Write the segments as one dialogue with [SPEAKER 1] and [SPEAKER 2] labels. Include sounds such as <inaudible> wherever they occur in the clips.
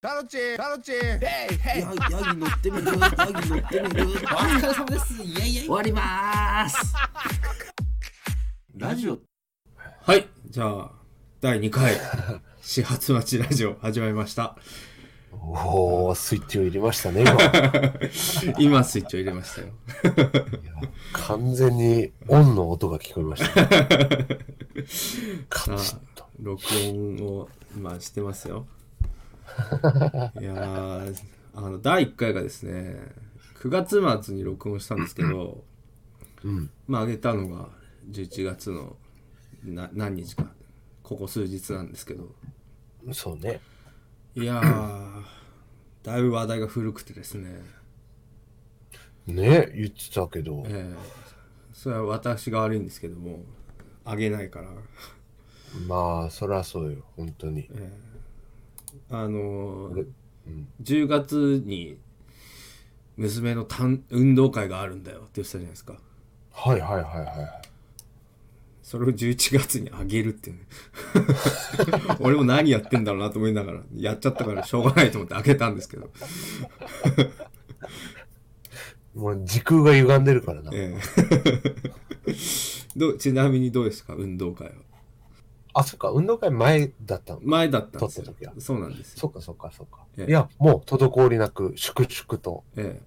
[SPEAKER 1] タロチタロチヘイヘイ
[SPEAKER 2] ヤヤギ乗ってみるヤギ乗ってみる
[SPEAKER 3] お疲れ様です。イェイイェイ
[SPEAKER 2] 終。わりまーすラジオ
[SPEAKER 4] はい、じゃあ、第2回、
[SPEAKER 5] <laughs>
[SPEAKER 4] 始発待ちラジオ始まりました。
[SPEAKER 5] おおスイッチを入れましたね、今。
[SPEAKER 4] <laughs> 今、スイッチを入れましたよ。
[SPEAKER 5] 完全にオンの音が聞こえました、ね。カチッと。
[SPEAKER 4] 録音を今してます
[SPEAKER 5] <laughs>
[SPEAKER 4] よ。いやー、あの、第1回がですね、9月末に録音したんですけど、
[SPEAKER 5] うん。
[SPEAKER 4] まあ、上げたのが11月のな何日か、ここ数日なんですけど、
[SPEAKER 5] そうね。
[SPEAKER 4] いやー、だいぶ話題が古くてですね、
[SPEAKER 5] ね言ってたけど。
[SPEAKER 4] ええそれは私が悪いんですけども、あげないから。
[SPEAKER 5] まあ、そらそうよ、本当に。
[SPEAKER 4] あのー
[SPEAKER 5] うん
[SPEAKER 4] 10月に娘のたん運動会があるんだよって言ってたじゃないですか
[SPEAKER 5] はいはいはいは
[SPEAKER 4] それを11月にあげる
[SPEAKER 5] <laughs>
[SPEAKER 4] っていうね俺も何やってんだろうなと思いながらやっちゃったからしょうがないと思ってあげたんですけど、
[SPEAKER 5] い。もう時空が歪んでるからな。
[SPEAKER 4] ええ <laughs> どうちなみにどうですか運動会は
[SPEAKER 5] あ、そっか、運動会前だったの。
[SPEAKER 4] 前だったんですよ
[SPEAKER 5] 撮った時は
[SPEAKER 4] そうなんですよ、
[SPEAKER 5] そっかそっかそっか。
[SPEAKER 4] ええ
[SPEAKER 5] いや、もう滞りなく、粛々と、
[SPEAKER 4] え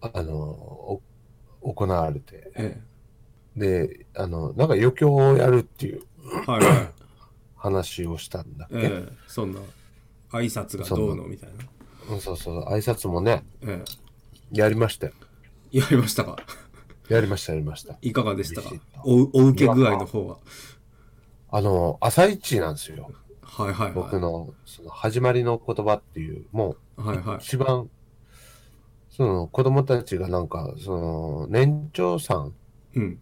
[SPEAKER 5] あの、お行われて。
[SPEAKER 4] ええ
[SPEAKER 5] で、あの、なんか余興をやるっていう
[SPEAKER 4] え
[SPEAKER 5] <laughs>
[SPEAKER 4] はいはい、
[SPEAKER 5] 話をしたんだっけ。
[SPEAKER 4] ええそんな挨拶がどうのみたいな、
[SPEAKER 5] うん、そうそう、挨拶もね、
[SPEAKER 4] え
[SPEAKER 5] やりましたよ。
[SPEAKER 4] えやりましたか
[SPEAKER 5] やりました、やりました。
[SPEAKER 4] いかがでしたか
[SPEAKER 5] ビシッと
[SPEAKER 4] おうお受け具合の方は。
[SPEAKER 5] あの、朝一なんですよ。
[SPEAKER 4] はいはいはい。
[SPEAKER 5] 僕の、その、始まりの言葉っていう、も
[SPEAKER 4] はいは
[SPEAKER 5] う、
[SPEAKER 4] い。
[SPEAKER 5] 一番、その、子供たちがなんか、その、年長さん
[SPEAKER 4] うん。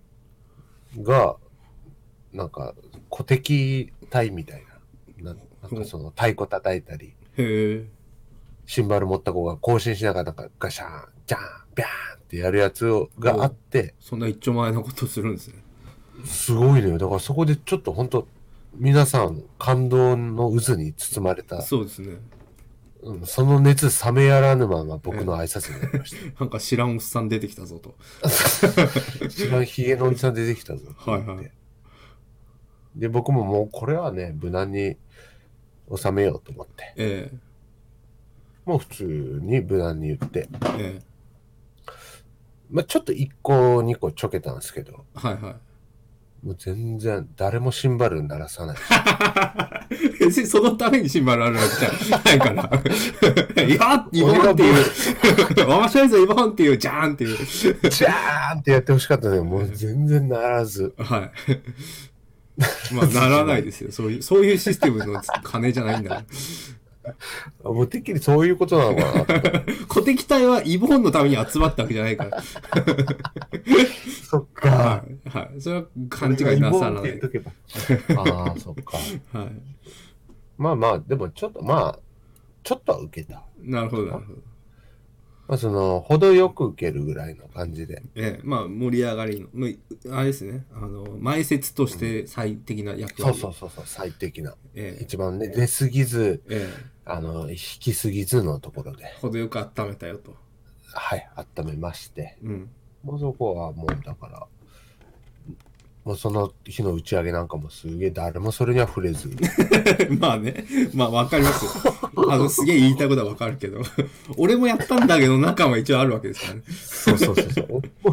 [SPEAKER 5] が、なんか、古敵隊みたいな。ななんかその、太鼓叩いたり、
[SPEAKER 4] へえ。
[SPEAKER 5] シンバル持った子が更新しながら、なんか、ガシャン、ジャン、ビャーンってやるやつをがあって、
[SPEAKER 4] そんな一丁前のことするんですね。
[SPEAKER 5] すごいのよ。だからそこでちょっと本当皆さん、感動の渦に包まれた。
[SPEAKER 4] そうですね。
[SPEAKER 5] うんその熱冷めやらぬまま僕の挨拶になりまし
[SPEAKER 4] なんか知らんおっさん出てきたぞと。
[SPEAKER 5] た。一番ヒゲのおじさん出てきたぞ。
[SPEAKER 4] はいはい
[SPEAKER 5] で、僕ももうこれはね、無難に収めようと思って。
[SPEAKER 4] え
[SPEAKER 5] もう普通に無難に言って。
[SPEAKER 4] えええ
[SPEAKER 5] まあちょっと1個2個ちょけたんですけど、
[SPEAKER 4] はい <laughs> は
[SPEAKER 5] もう全然誰もシンバル鳴らさない。
[SPEAKER 4] い。別にそのためにシンバルあるわけじゃないから。 <laughs> いやイボーンっていう。 <laughs> 面白いぞ、イボーンっていう、じゃーんっていう。
[SPEAKER 5] ジャーンってやってほしかっ
[SPEAKER 4] <laughs>
[SPEAKER 5] たのよ。もう全然鳴らず。
[SPEAKER 4] はい。まあ、ならないですよ。そういう、そういうシステムの金じゃないんだから。
[SPEAKER 5] もうてっきりそういうことなのか
[SPEAKER 4] <laughs>
[SPEAKER 5] なと思って。
[SPEAKER 4] 小敵隊はイボーンのために集まったわけじゃないから。
[SPEAKER 5] そっか
[SPEAKER 4] は。い。はい。それは勘違いなさらない。
[SPEAKER 5] これがイボって言っとけば。ああ、そっか。
[SPEAKER 4] はい。
[SPEAKER 5] まあまあ、でもちょっとまあ、ちょっとは受けた。
[SPEAKER 4] なるほど、なるほど。
[SPEAKER 5] まあその、程よく受けるぐらいの感じで。
[SPEAKER 4] ええ、まあ、盛り上がりの、まあ、あれですね、あの、前説として最適な役割。
[SPEAKER 5] そうそうそうそう、最適な。
[SPEAKER 4] ええ、
[SPEAKER 5] 一番ね、出すぎず、
[SPEAKER 4] え
[SPEAKER 5] あの、引きすぎずのところで
[SPEAKER 4] え、、程よく温めたよと。
[SPEAKER 5] はい、温めまして。
[SPEAKER 4] うん。 <laughs>
[SPEAKER 5] もうそこはもう、だから、もうその日の打ち上げなんかもすげえ誰もそれには触れず、
[SPEAKER 4] まあね、まあ、わかりますよ。あの、すげえ言いたいことはわかるけど、俺もやったんだけど、仲は一応あるわけですからね。
[SPEAKER 5] そうそうそうそう、お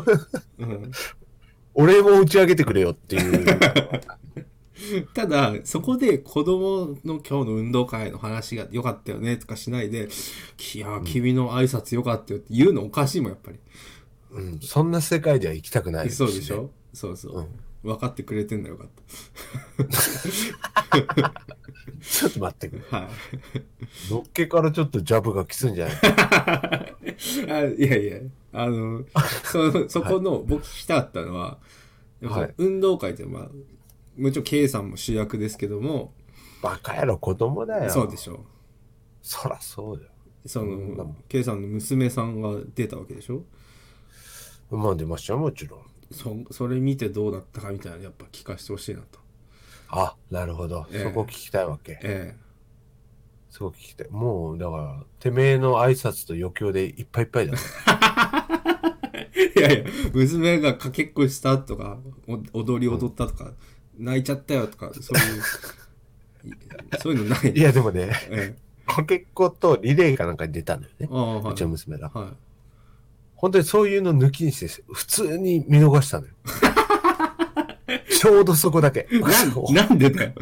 [SPEAKER 4] うん。
[SPEAKER 5] <laughs> 俺も打ち上げてくれよっていう。
[SPEAKER 4] ただそこで子供の今日の運動会の話が良かったよねとかしないで「いやー君の挨拶良かったよ」って言うのおかしいもんやっぱり、
[SPEAKER 5] うん、そんな世界では行きたくないす
[SPEAKER 4] そ
[SPEAKER 5] ね
[SPEAKER 4] うでしょそうそう、分かってくれてんだよかっ
[SPEAKER 5] ちょっと待ってくれ。
[SPEAKER 4] たは
[SPEAKER 5] のっけからちょっとジャブがきついんじゃない
[SPEAKER 4] いあいやいやあのそそこの、僕聞きたかったのはやっぱ
[SPEAKER 5] はい
[SPEAKER 4] 運動会ってまあもちろん K さんも主役ですけども
[SPEAKER 5] バカ野郎、子供だよ。
[SPEAKER 4] そうでしょ
[SPEAKER 5] そらそうよ。
[SPEAKER 4] そ
[SPEAKER 5] ん
[SPEAKER 4] の K さんの娘さんが出たわけでしょ
[SPEAKER 5] まあ出ましたよ、もちろん。
[SPEAKER 4] そそれ見てどうだったかみたいなのやっぱ聞かせてほしいなと。
[SPEAKER 5] あ、なるほど。
[SPEAKER 4] ええ
[SPEAKER 5] そこ聞きたいわけ。
[SPEAKER 4] え
[SPEAKER 5] すごく聞きたい。もう、だから、てめえの挨拶と余興でいっぱいいっぱいだね。
[SPEAKER 4] いやいや、娘がかけっこしたとか、お踊り踊ったとか、泣いちゃったよとか、そういう、そういうのない。
[SPEAKER 5] いや、でもね、
[SPEAKER 4] え
[SPEAKER 5] かけっことリレーかなんかに出たんだよね
[SPEAKER 4] え、。ああ、は
[SPEAKER 5] う
[SPEAKER 4] い
[SPEAKER 5] ち。の娘ら。
[SPEAKER 4] は
[SPEAKER 5] 本当にそういうの抜きにして、普通に見逃したのよ。ちょうどそこだけ。 <laughs>
[SPEAKER 4] い、なんでだよ。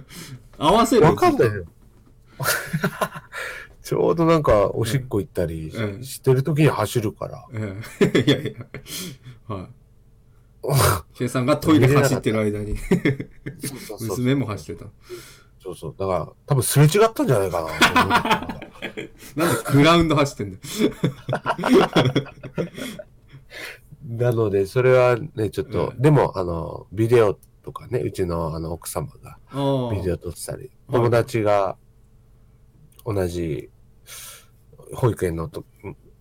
[SPEAKER 4] 合わせる
[SPEAKER 5] わかんないよ。 <laughs> ちょうどなんか、おしっこ行ったり
[SPEAKER 4] うん
[SPEAKER 5] してる時に走るから。
[SPEAKER 4] ええいやいや、はい。シエさんがトイレ走ってる間に、
[SPEAKER 5] そうそうそう
[SPEAKER 4] <laughs> 娘も走ってた。
[SPEAKER 5] そうそう。だから、多分すれ違ったんじゃないかな。
[SPEAKER 4] なんでグラウンド走ってんだよ。
[SPEAKER 5] なので、それはね、ちょっと、
[SPEAKER 4] う
[SPEAKER 5] でも、あの、ビデオとかね、うちのあの奥様が
[SPEAKER 4] ああ。
[SPEAKER 5] ビデオ撮ってたり、
[SPEAKER 4] あ
[SPEAKER 5] 友達が同じ保育園のと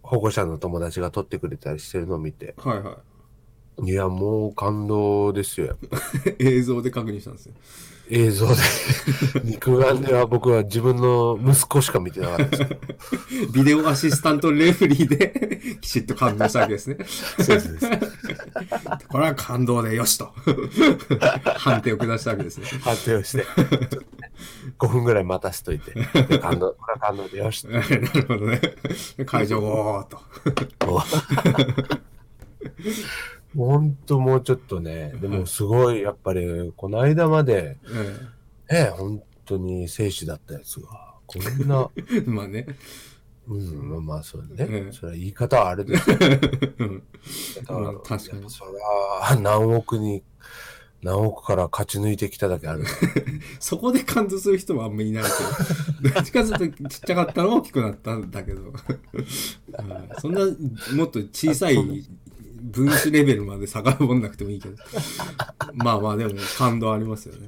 [SPEAKER 5] 保護者の友達が撮ってくれたりしてるのを見て、
[SPEAKER 4] はいはい
[SPEAKER 5] や、もう感動ですよ。やっぱ
[SPEAKER 4] い。映像で確認したんですよ。<laughs>
[SPEAKER 5] 映像で。肉眼では僕は自分の息子しか見てなかったですけど。
[SPEAKER 4] ビデオアシスタントレフェリーできちっと感動したわけですね。 <laughs> これは感動でよしと判定を下したわけですね。
[SPEAKER 5] 判定をして、ちょっとね5分ぐらい待たせといて、で感動、これは感動でよしって
[SPEAKER 4] なるほどね。会場おーっと。
[SPEAKER 5] ほんともうちょっとね、でもすごい、やっぱり、この間まで、
[SPEAKER 4] え
[SPEAKER 5] ね、本当に生死だったやつが、こん
[SPEAKER 4] <laughs>
[SPEAKER 5] な、
[SPEAKER 4] えまあね。
[SPEAKER 5] うん、まあまあ、そうね、
[SPEAKER 4] うん
[SPEAKER 5] それは言い方はあれですよ。
[SPEAKER 4] うんまあ確かに
[SPEAKER 5] やっぱそれは、何億に、何億から勝ち抜いてきただけ
[SPEAKER 4] <laughs>
[SPEAKER 5] ある。
[SPEAKER 4] そこで感動する人はあんまりいないけど、どっちかというとちっちゃかったのは大きくなったんだけど、うんそんなもっと小さい分子レベルまで遡んなくてもいいけど、まあまあでも感動ありますよね。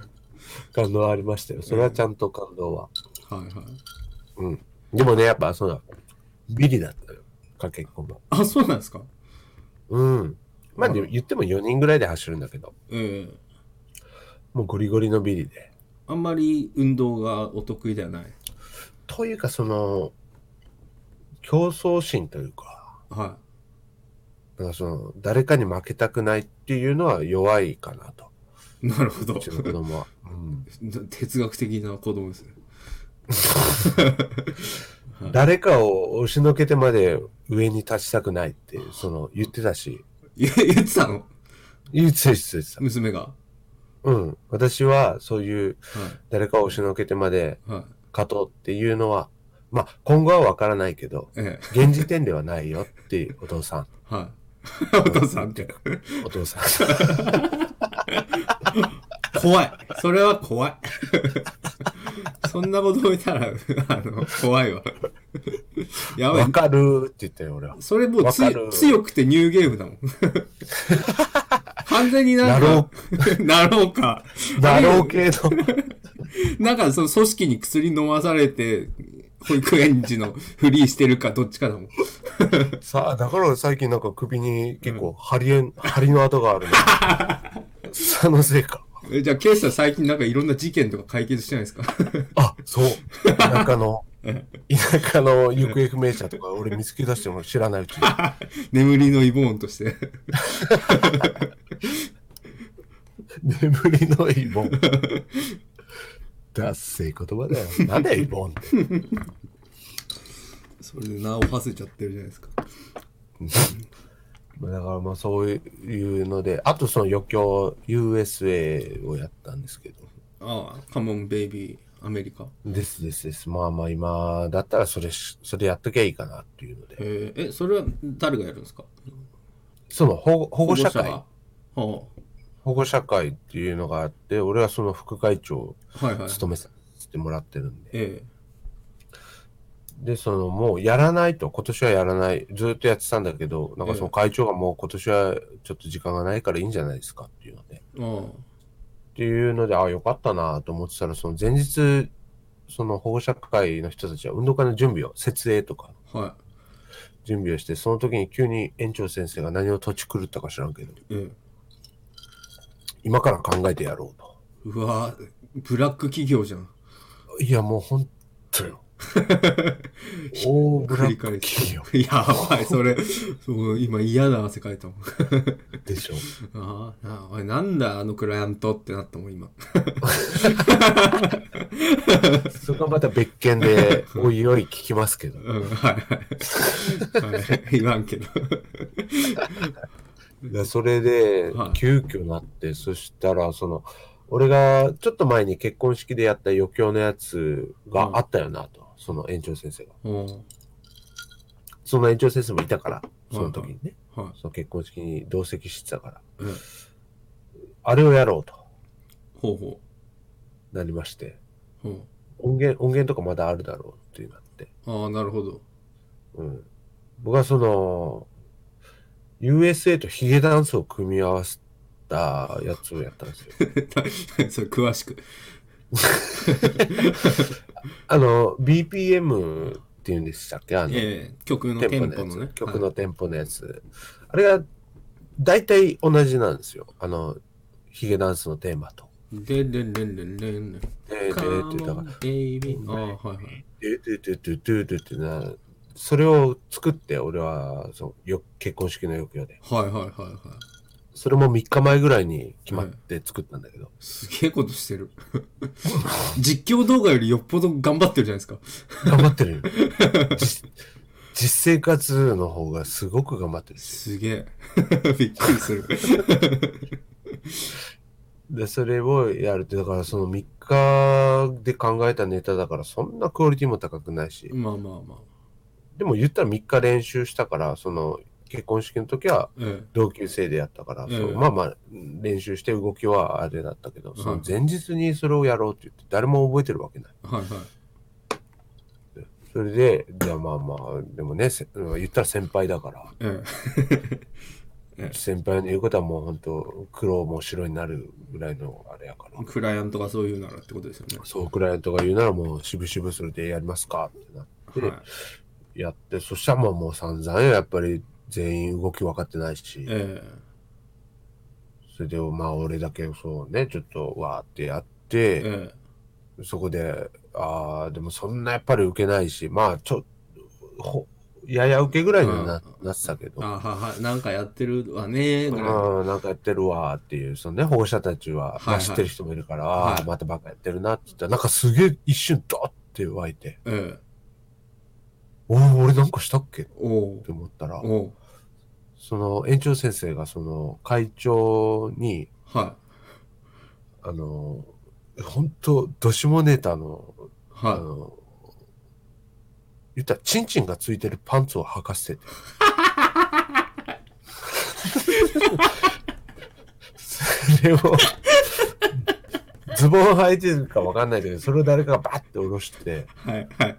[SPEAKER 5] 感動はありましたよ。それはちゃんと感動は。
[SPEAKER 4] はいはい。
[SPEAKER 5] うん。でもね、やっぱそうだ、ビリだったよ。かけっこも。
[SPEAKER 4] あ、そうなんですか
[SPEAKER 5] うん。まあ、でも言っても4人ぐらいで走るんだけど、
[SPEAKER 4] ええ
[SPEAKER 5] もうゴリゴリのビリで。
[SPEAKER 4] あんまり運動がお得意ではない。
[SPEAKER 5] というかその競争心というか
[SPEAKER 4] は
[SPEAKER 5] なんかその誰かに負けたくないっていうのは弱いかなと
[SPEAKER 4] い。なるほど
[SPEAKER 5] うち。の
[SPEAKER 4] <laughs>
[SPEAKER 5] 子供は、 <laughs> うん
[SPEAKER 4] 哲学的な子供ですね。
[SPEAKER 5] 誰かを押しのけてまで上に立ちたくないってその言ってたし
[SPEAKER 4] 言言ってたの
[SPEAKER 5] 言ってた言ってた
[SPEAKER 4] 娘が。は
[SPEAKER 5] うん私はそういう誰かを押しのけてまで
[SPEAKER 4] い。はい。
[SPEAKER 5] 勝とうっていうのはまあ今後は分からないけど <laughs>
[SPEAKER 4] ええ。
[SPEAKER 5] 現時点ではないよっていうお父さん
[SPEAKER 4] はい。お父さんって。
[SPEAKER 5] お父さん <laughs>
[SPEAKER 4] 怖い。それは怖い。そんなこと見たら、あの、怖いわ。やばい
[SPEAKER 5] 分。かるって言ったよ俺は
[SPEAKER 4] それもうつ
[SPEAKER 5] わかる
[SPEAKER 4] 強くてニューゲームだもん。完全になんか、 <laughs> なろうか。
[SPEAKER 5] だろうけど
[SPEAKER 4] なんかその組織に薬飲まされて、保育園児のフリーしてるかどっちかだもん。
[SPEAKER 5] さあ、だから最近なんか首に結構針、えん、針の跡があるの。そのせいか。
[SPEAKER 4] えじゃあ、ケイスは最近なんかいろんな事件とか解決してないですか <laughs>
[SPEAKER 5] あ、そう。田舎の、田舎の行方不明者とか俺見つけ出しても知らないうちに。
[SPEAKER 4] 眠りのイボーンとして。
[SPEAKER 5] 眠りのイボン。だっせい言葉だよ。なんだよ、イボンって。
[SPEAKER 4] それで名を馳せちゃってるじゃないですか。
[SPEAKER 5] まあだからまあそういうので、あとその余興 USA をやったんですけど。
[SPEAKER 4] ああ、カモンベイビー、アメリカ。
[SPEAKER 5] ですですです。まあまあ今だったらそれし、それやっときゃいいかなっていうので。
[SPEAKER 4] えーえ、それは誰がやるんですか
[SPEAKER 5] その保護保護者会
[SPEAKER 4] が。は
[SPEAKER 5] 保護者会っていうのがあって、俺はその副会長を
[SPEAKER 4] あ、はいはい。
[SPEAKER 5] 務めさせてもらってるんで。
[SPEAKER 4] え
[SPEAKER 5] で、そのもうやらないと、今年はやらない。ずっとやってたんだけど、なんかその会長がもう今年はちょっと時間がないからいいんじゃないですかっていうので。
[SPEAKER 4] えあ
[SPEAKER 5] っていうので、ああ、よかったなと思ってたら、その前日、その保護者会の人たちは運動会の準備を、設営とか
[SPEAKER 4] あ、はい。
[SPEAKER 5] 準備をして、その時に急に園長先生が何を土地狂ったか知らんけど、
[SPEAKER 4] ええ
[SPEAKER 5] 今から考えてやろうと。
[SPEAKER 4] うわブラック企業じゃん。 <laughs>
[SPEAKER 5] いや、もう本当よ。大ブラ
[SPEAKER 4] 繰り
[SPEAKER 5] ック
[SPEAKER 4] 返
[SPEAKER 5] 企
[SPEAKER 4] し
[SPEAKER 5] 業。
[SPEAKER 4] やばい、それ。そう、今嫌な汗かいたもん。<laughs>
[SPEAKER 5] でしょ。
[SPEAKER 4] ああ、なおいなんだ、あのクライアントってなったもん、今。 <laughs>
[SPEAKER 5] そこはまた別件で、おいおい聞きま
[SPEAKER 4] <laughs>
[SPEAKER 5] すけど。
[SPEAKER 4] うん、はいはい。はい、言わんけど。
[SPEAKER 5] でそれで
[SPEAKER 4] はい、
[SPEAKER 5] 急遽なって、そしたら、その、俺がちょっと前に結婚式でやった余興のやつがあったよなと、その園長先生が。
[SPEAKER 4] おー
[SPEAKER 5] その園長先生もいたから、その時にね、
[SPEAKER 4] は
[SPEAKER 5] その結婚式に同席してたから、
[SPEAKER 4] い。うん
[SPEAKER 5] あれをやろうと
[SPEAKER 4] ほうほ
[SPEAKER 5] なりまして、
[SPEAKER 4] う。ほ
[SPEAKER 5] 音源、音源とかまだあるだろうっていうなって、
[SPEAKER 4] うああ、なるほど。 <laughs>
[SPEAKER 5] うん。僕はその、USA とヒゲダンスを組み合わせたやつをやったんですよ。
[SPEAKER 4] それ、詳しく。
[SPEAKER 5] あの、BPM っていうんでしたっけあの、
[SPEAKER 4] ええ曲のテ
[SPEAKER 5] テン
[SPEAKER 4] ン
[SPEAKER 5] ポ
[SPEAKER 4] ポ
[SPEAKER 5] の
[SPEAKER 4] の
[SPEAKER 5] や
[SPEAKER 4] ね
[SPEAKER 5] つ。曲のテンポのやつ。あれが、大体同じなんですよ。あの、ヒゲダンスのテーマと。
[SPEAKER 4] でででででん。
[SPEAKER 5] で、で、で、だから、
[SPEAKER 4] ベイビー。ああ、はいはい。
[SPEAKER 5] で、で、で、で、で、で、で、な、それを作って、俺は、そう、よ、結婚式の余興で。
[SPEAKER 4] はいはいはいはい。
[SPEAKER 5] それも3日前ぐらいに決まって作ったんだけど。
[SPEAKER 4] すげえことしてる。 <laughs> 実況動画よりよっぽど頑張ってるじゃないですか。
[SPEAKER 5] 頑張ってるよ。 <laughs> じ実生活の方がすごく頑張ってるし。
[SPEAKER 4] すげえ。 <laughs> びっくりする。
[SPEAKER 5] で、それをやるって、だからその3日で考えたネタだから、そんなクオリティも高くないし。
[SPEAKER 4] まあまあまあ。
[SPEAKER 5] でも言ったら3日練習したから、その結婚式の時は
[SPEAKER 4] え
[SPEAKER 5] 同級生でやったから、
[SPEAKER 4] ええ
[SPEAKER 5] そうまあまあ練習して動きはあれだったけど、
[SPEAKER 4] い
[SPEAKER 5] その前日にそれをやろうって言って、誰も覚えてるわけない。
[SPEAKER 4] えはいはい。
[SPEAKER 5] それで、じゃあまあまあ、でもね、せ言ったら先輩だから、
[SPEAKER 4] え
[SPEAKER 5] 先輩の言うことはもう本当、黒も白になるぐらいのあれやから
[SPEAKER 4] え。、クライアントがそういうならってことですよね。
[SPEAKER 5] そうクライアントが言うならもう、渋々それでやりますかってなって、
[SPEAKER 4] はい。
[SPEAKER 5] やって、そしたらまあもう散々よやっぱり全員動き分かってないし。
[SPEAKER 4] え
[SPEAKER 5] それで、まあ、俺だけそうね、ちょっと、わーってやって、
[SPEAKER 4] ええ
[SPEAKER 5] そこで、ああ、でもそんなやっぱり受けないし、まあ、ちょ、ほ、やや受けぐらいにな,、なってたけ
[SPEAKER 4] え
[SPEAKER 5] ど、あ
[SPEAKER 4] あはいはい。なんかやってるわねーぐらいの。
[SPEAKER 5] あなんかやってるわーっていう、そのね、保護者たちは、ま
[SPEAKER 4] はい
[SPEAKER 5] あ
[SPEAKER 4] はい
[SPEAKER 5] 知ってる人もいるから、
[SPEAKER 4] はい
[SPEAKER 5] ああ、またバカやってるなって言ったら、なんかすげえ一瞬ドーって湧いて、
[SPEAKER 4] ええ
[SPEAKER 5] おお、俺なんかしたっけっ
[SPEAKER 4] おお
[SPEAKER 5] て思ったら、
[SPEAKER 4] おう
[SPEAKER 5] その園長先生が、その会長に、
[SPEAKER 4] は
[SPEAKER 5] あの、本当どしもネタの
[SPEAKER 4] い。
[SPEAKER 5] あ
[SPEAKER 4] は
[SPEAKER 5] の、言ったら、チンチンがついてるパンツを履かせて <laughs> て。それを、ズボン履いてるかわかんないけど、それを誰かがバッて下ろして、
[SPEAKER 4] い。はいはい。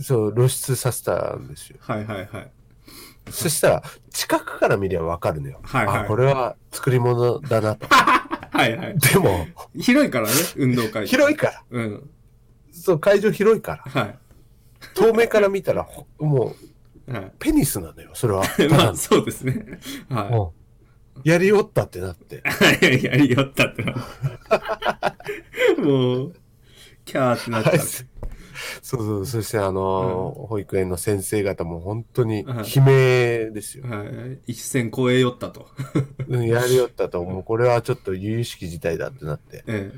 [SPEAKER 5] そう、露出させたんですよ。
[SPEAKER 4] はいはいはい。
[SPEAKER 5] そしたら、近くから見りゃわかるのよ。
[SPEAKER 4] はいはい
[SPEAKER 5] あ、これは作り物だなと。
[SPEAKER 4] はいはい。
[SPEAKER 5] でも、
[SPEAKER 4] 広いからね、運動会。
[SPEAKER 5] 広
[SPEAKER 4] い。
[SPEAKER 5] いから。
[SPEAKER 4] うん。
[SPEAKER 5] そう、会場広いから。
[SPEAKER 4] は
[SPEAKER 5] 遠目から見たら、ほも
[SPEAKER 4] い。
[SPEAKER 5] う、
[SPEAKER 4] は
[SPEAKER 5] ペニスなのよ、
[SPEAKER 4] <laughs>
[SPEAKER 5] それは。
[SPEAKER 4] い。
[SPEAKER 5] ただ
[SPEAKER 4] ま
[SPEAKER 5] の
[SPEAKER 4] あ、そうですね。は
[SPEAKER 5] やりおったってなって。
[SPEAKER 4] い。やりよったってなった。もう、キャーってなっちゃ
[SPEAKER 5] はいそうそう、そしてあのー保育園の先生方も本当に
[SPEAKER 4] はい
[SPEAKER 5] 悲鳴ですよ
[SPEAKER 4] う。。はい。一線超えよったと。
[SPEAKER 5] うんやりおったと、もうこれはちょっと由々しき事態だってなって。
[SPEAKER 4] え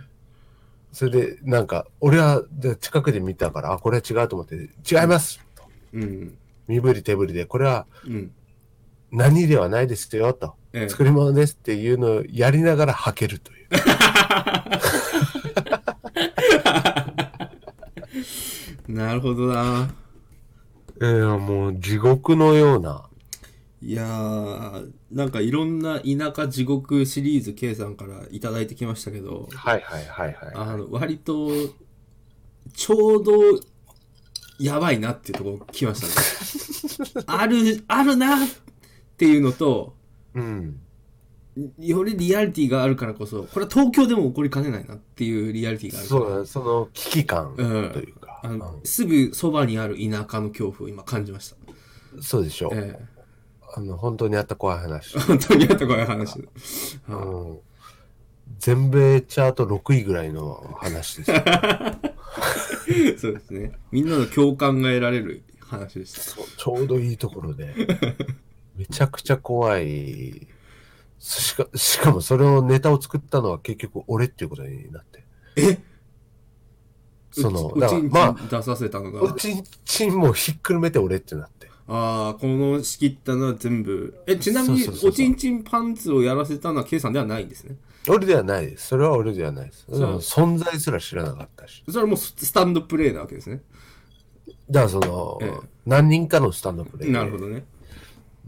[SPEAKER 5] それで、なんか、俺はで近くで見たから、あ、これは違うと思って、違いますと
[SPEAKER 4] え。うん。
[SPEAKER 5] 身振り手振りで、これは
[SPEAKER 4] うん。
[SPEAKER 5] 何ではないですよ、と。
[SPEAKER 4] ええ
[SPEAKER 5] 作り物ですっていうのをやりながら履けるという。
[SPEAKER 4] なるほどな。
[SPEAKER 5] えーもう地獄のような。
[SPEAKER 4] いやー、なんかいろんな田舎地獄シリーズ K さんからいただいてきましたけど、
[SPEAKER 5] はいはいはいは
[SPEAKER 4] あの、割と、ちょうど、やばいなっていうところ来ましたね。 <laughs> ある、あるなっていうのと、
[SPEAKER 5] い。うん。
[SPEAKER 4] よりリアリティがあるからこそ、これは東京でも起こりかねないなっていうリアリティがあるから。
[SPEAKER 5] そうだね、その危機感と
[SPEAKER 4] うん
[SPEAKER 5] いうか。
[SPEAKER 4] あの
[SPEAKER 5] うん
[SPEAKER 4] すぐそばにある田舎の恐怖を今感じました。
[SPEAKER 5] そうでしょ。
[SPEAKER 4] え
[SPEAKER 5] あの、本当にあった怖い話
[SPEAKER 4] え。。本当にあったこういう話。
[SPEAKER 5] うん全米チャート6位ぐらいの話ですよ。
[SPEAKER 4] そうですね。みんなの共感が得られる話でした。
[SPEAKER 5] そうちょうどいいところで。めちゃくちゃ怖い。しかしかもそれをネタを作ったのは結局俺っていうことになって。
[SPEAKER 4] え
[SPEAKER 5] その、
[SPEAKER 4] う
[SPEAKER 5] だ
[SPEAKER 4] ち
[SPEAKER 5] から
[SPEAKER 4] に
[SPEAKER 5] まあ、
[SPEAKER 4] 出させたのが、
[SPEAKER 5] うちんちんもひっくるめて俺ってなって。
[SPEAKER 4] ああ、この仕切ったのは全部。え、ちなみに
[SPEAKER 5] そうそうそう、そう
[SPEAKER 4] おちんちんパンツをやらせたのは K さんではないんですね。
[SPEAKER 5] 俺ではないです。それは俺ではないです。
[SPEAKER 4] う
[SPEAKER 5] 存在すら知らなかったし。
[SPEAKER 4] それはもうススタンドプレーなわけですね。
[SPEAKER 5] だからその、
[SPEAKER 4] え
[SPEAKER 5] 何人かのスタンドプレイ
[SPEAKER 4] なるほどね。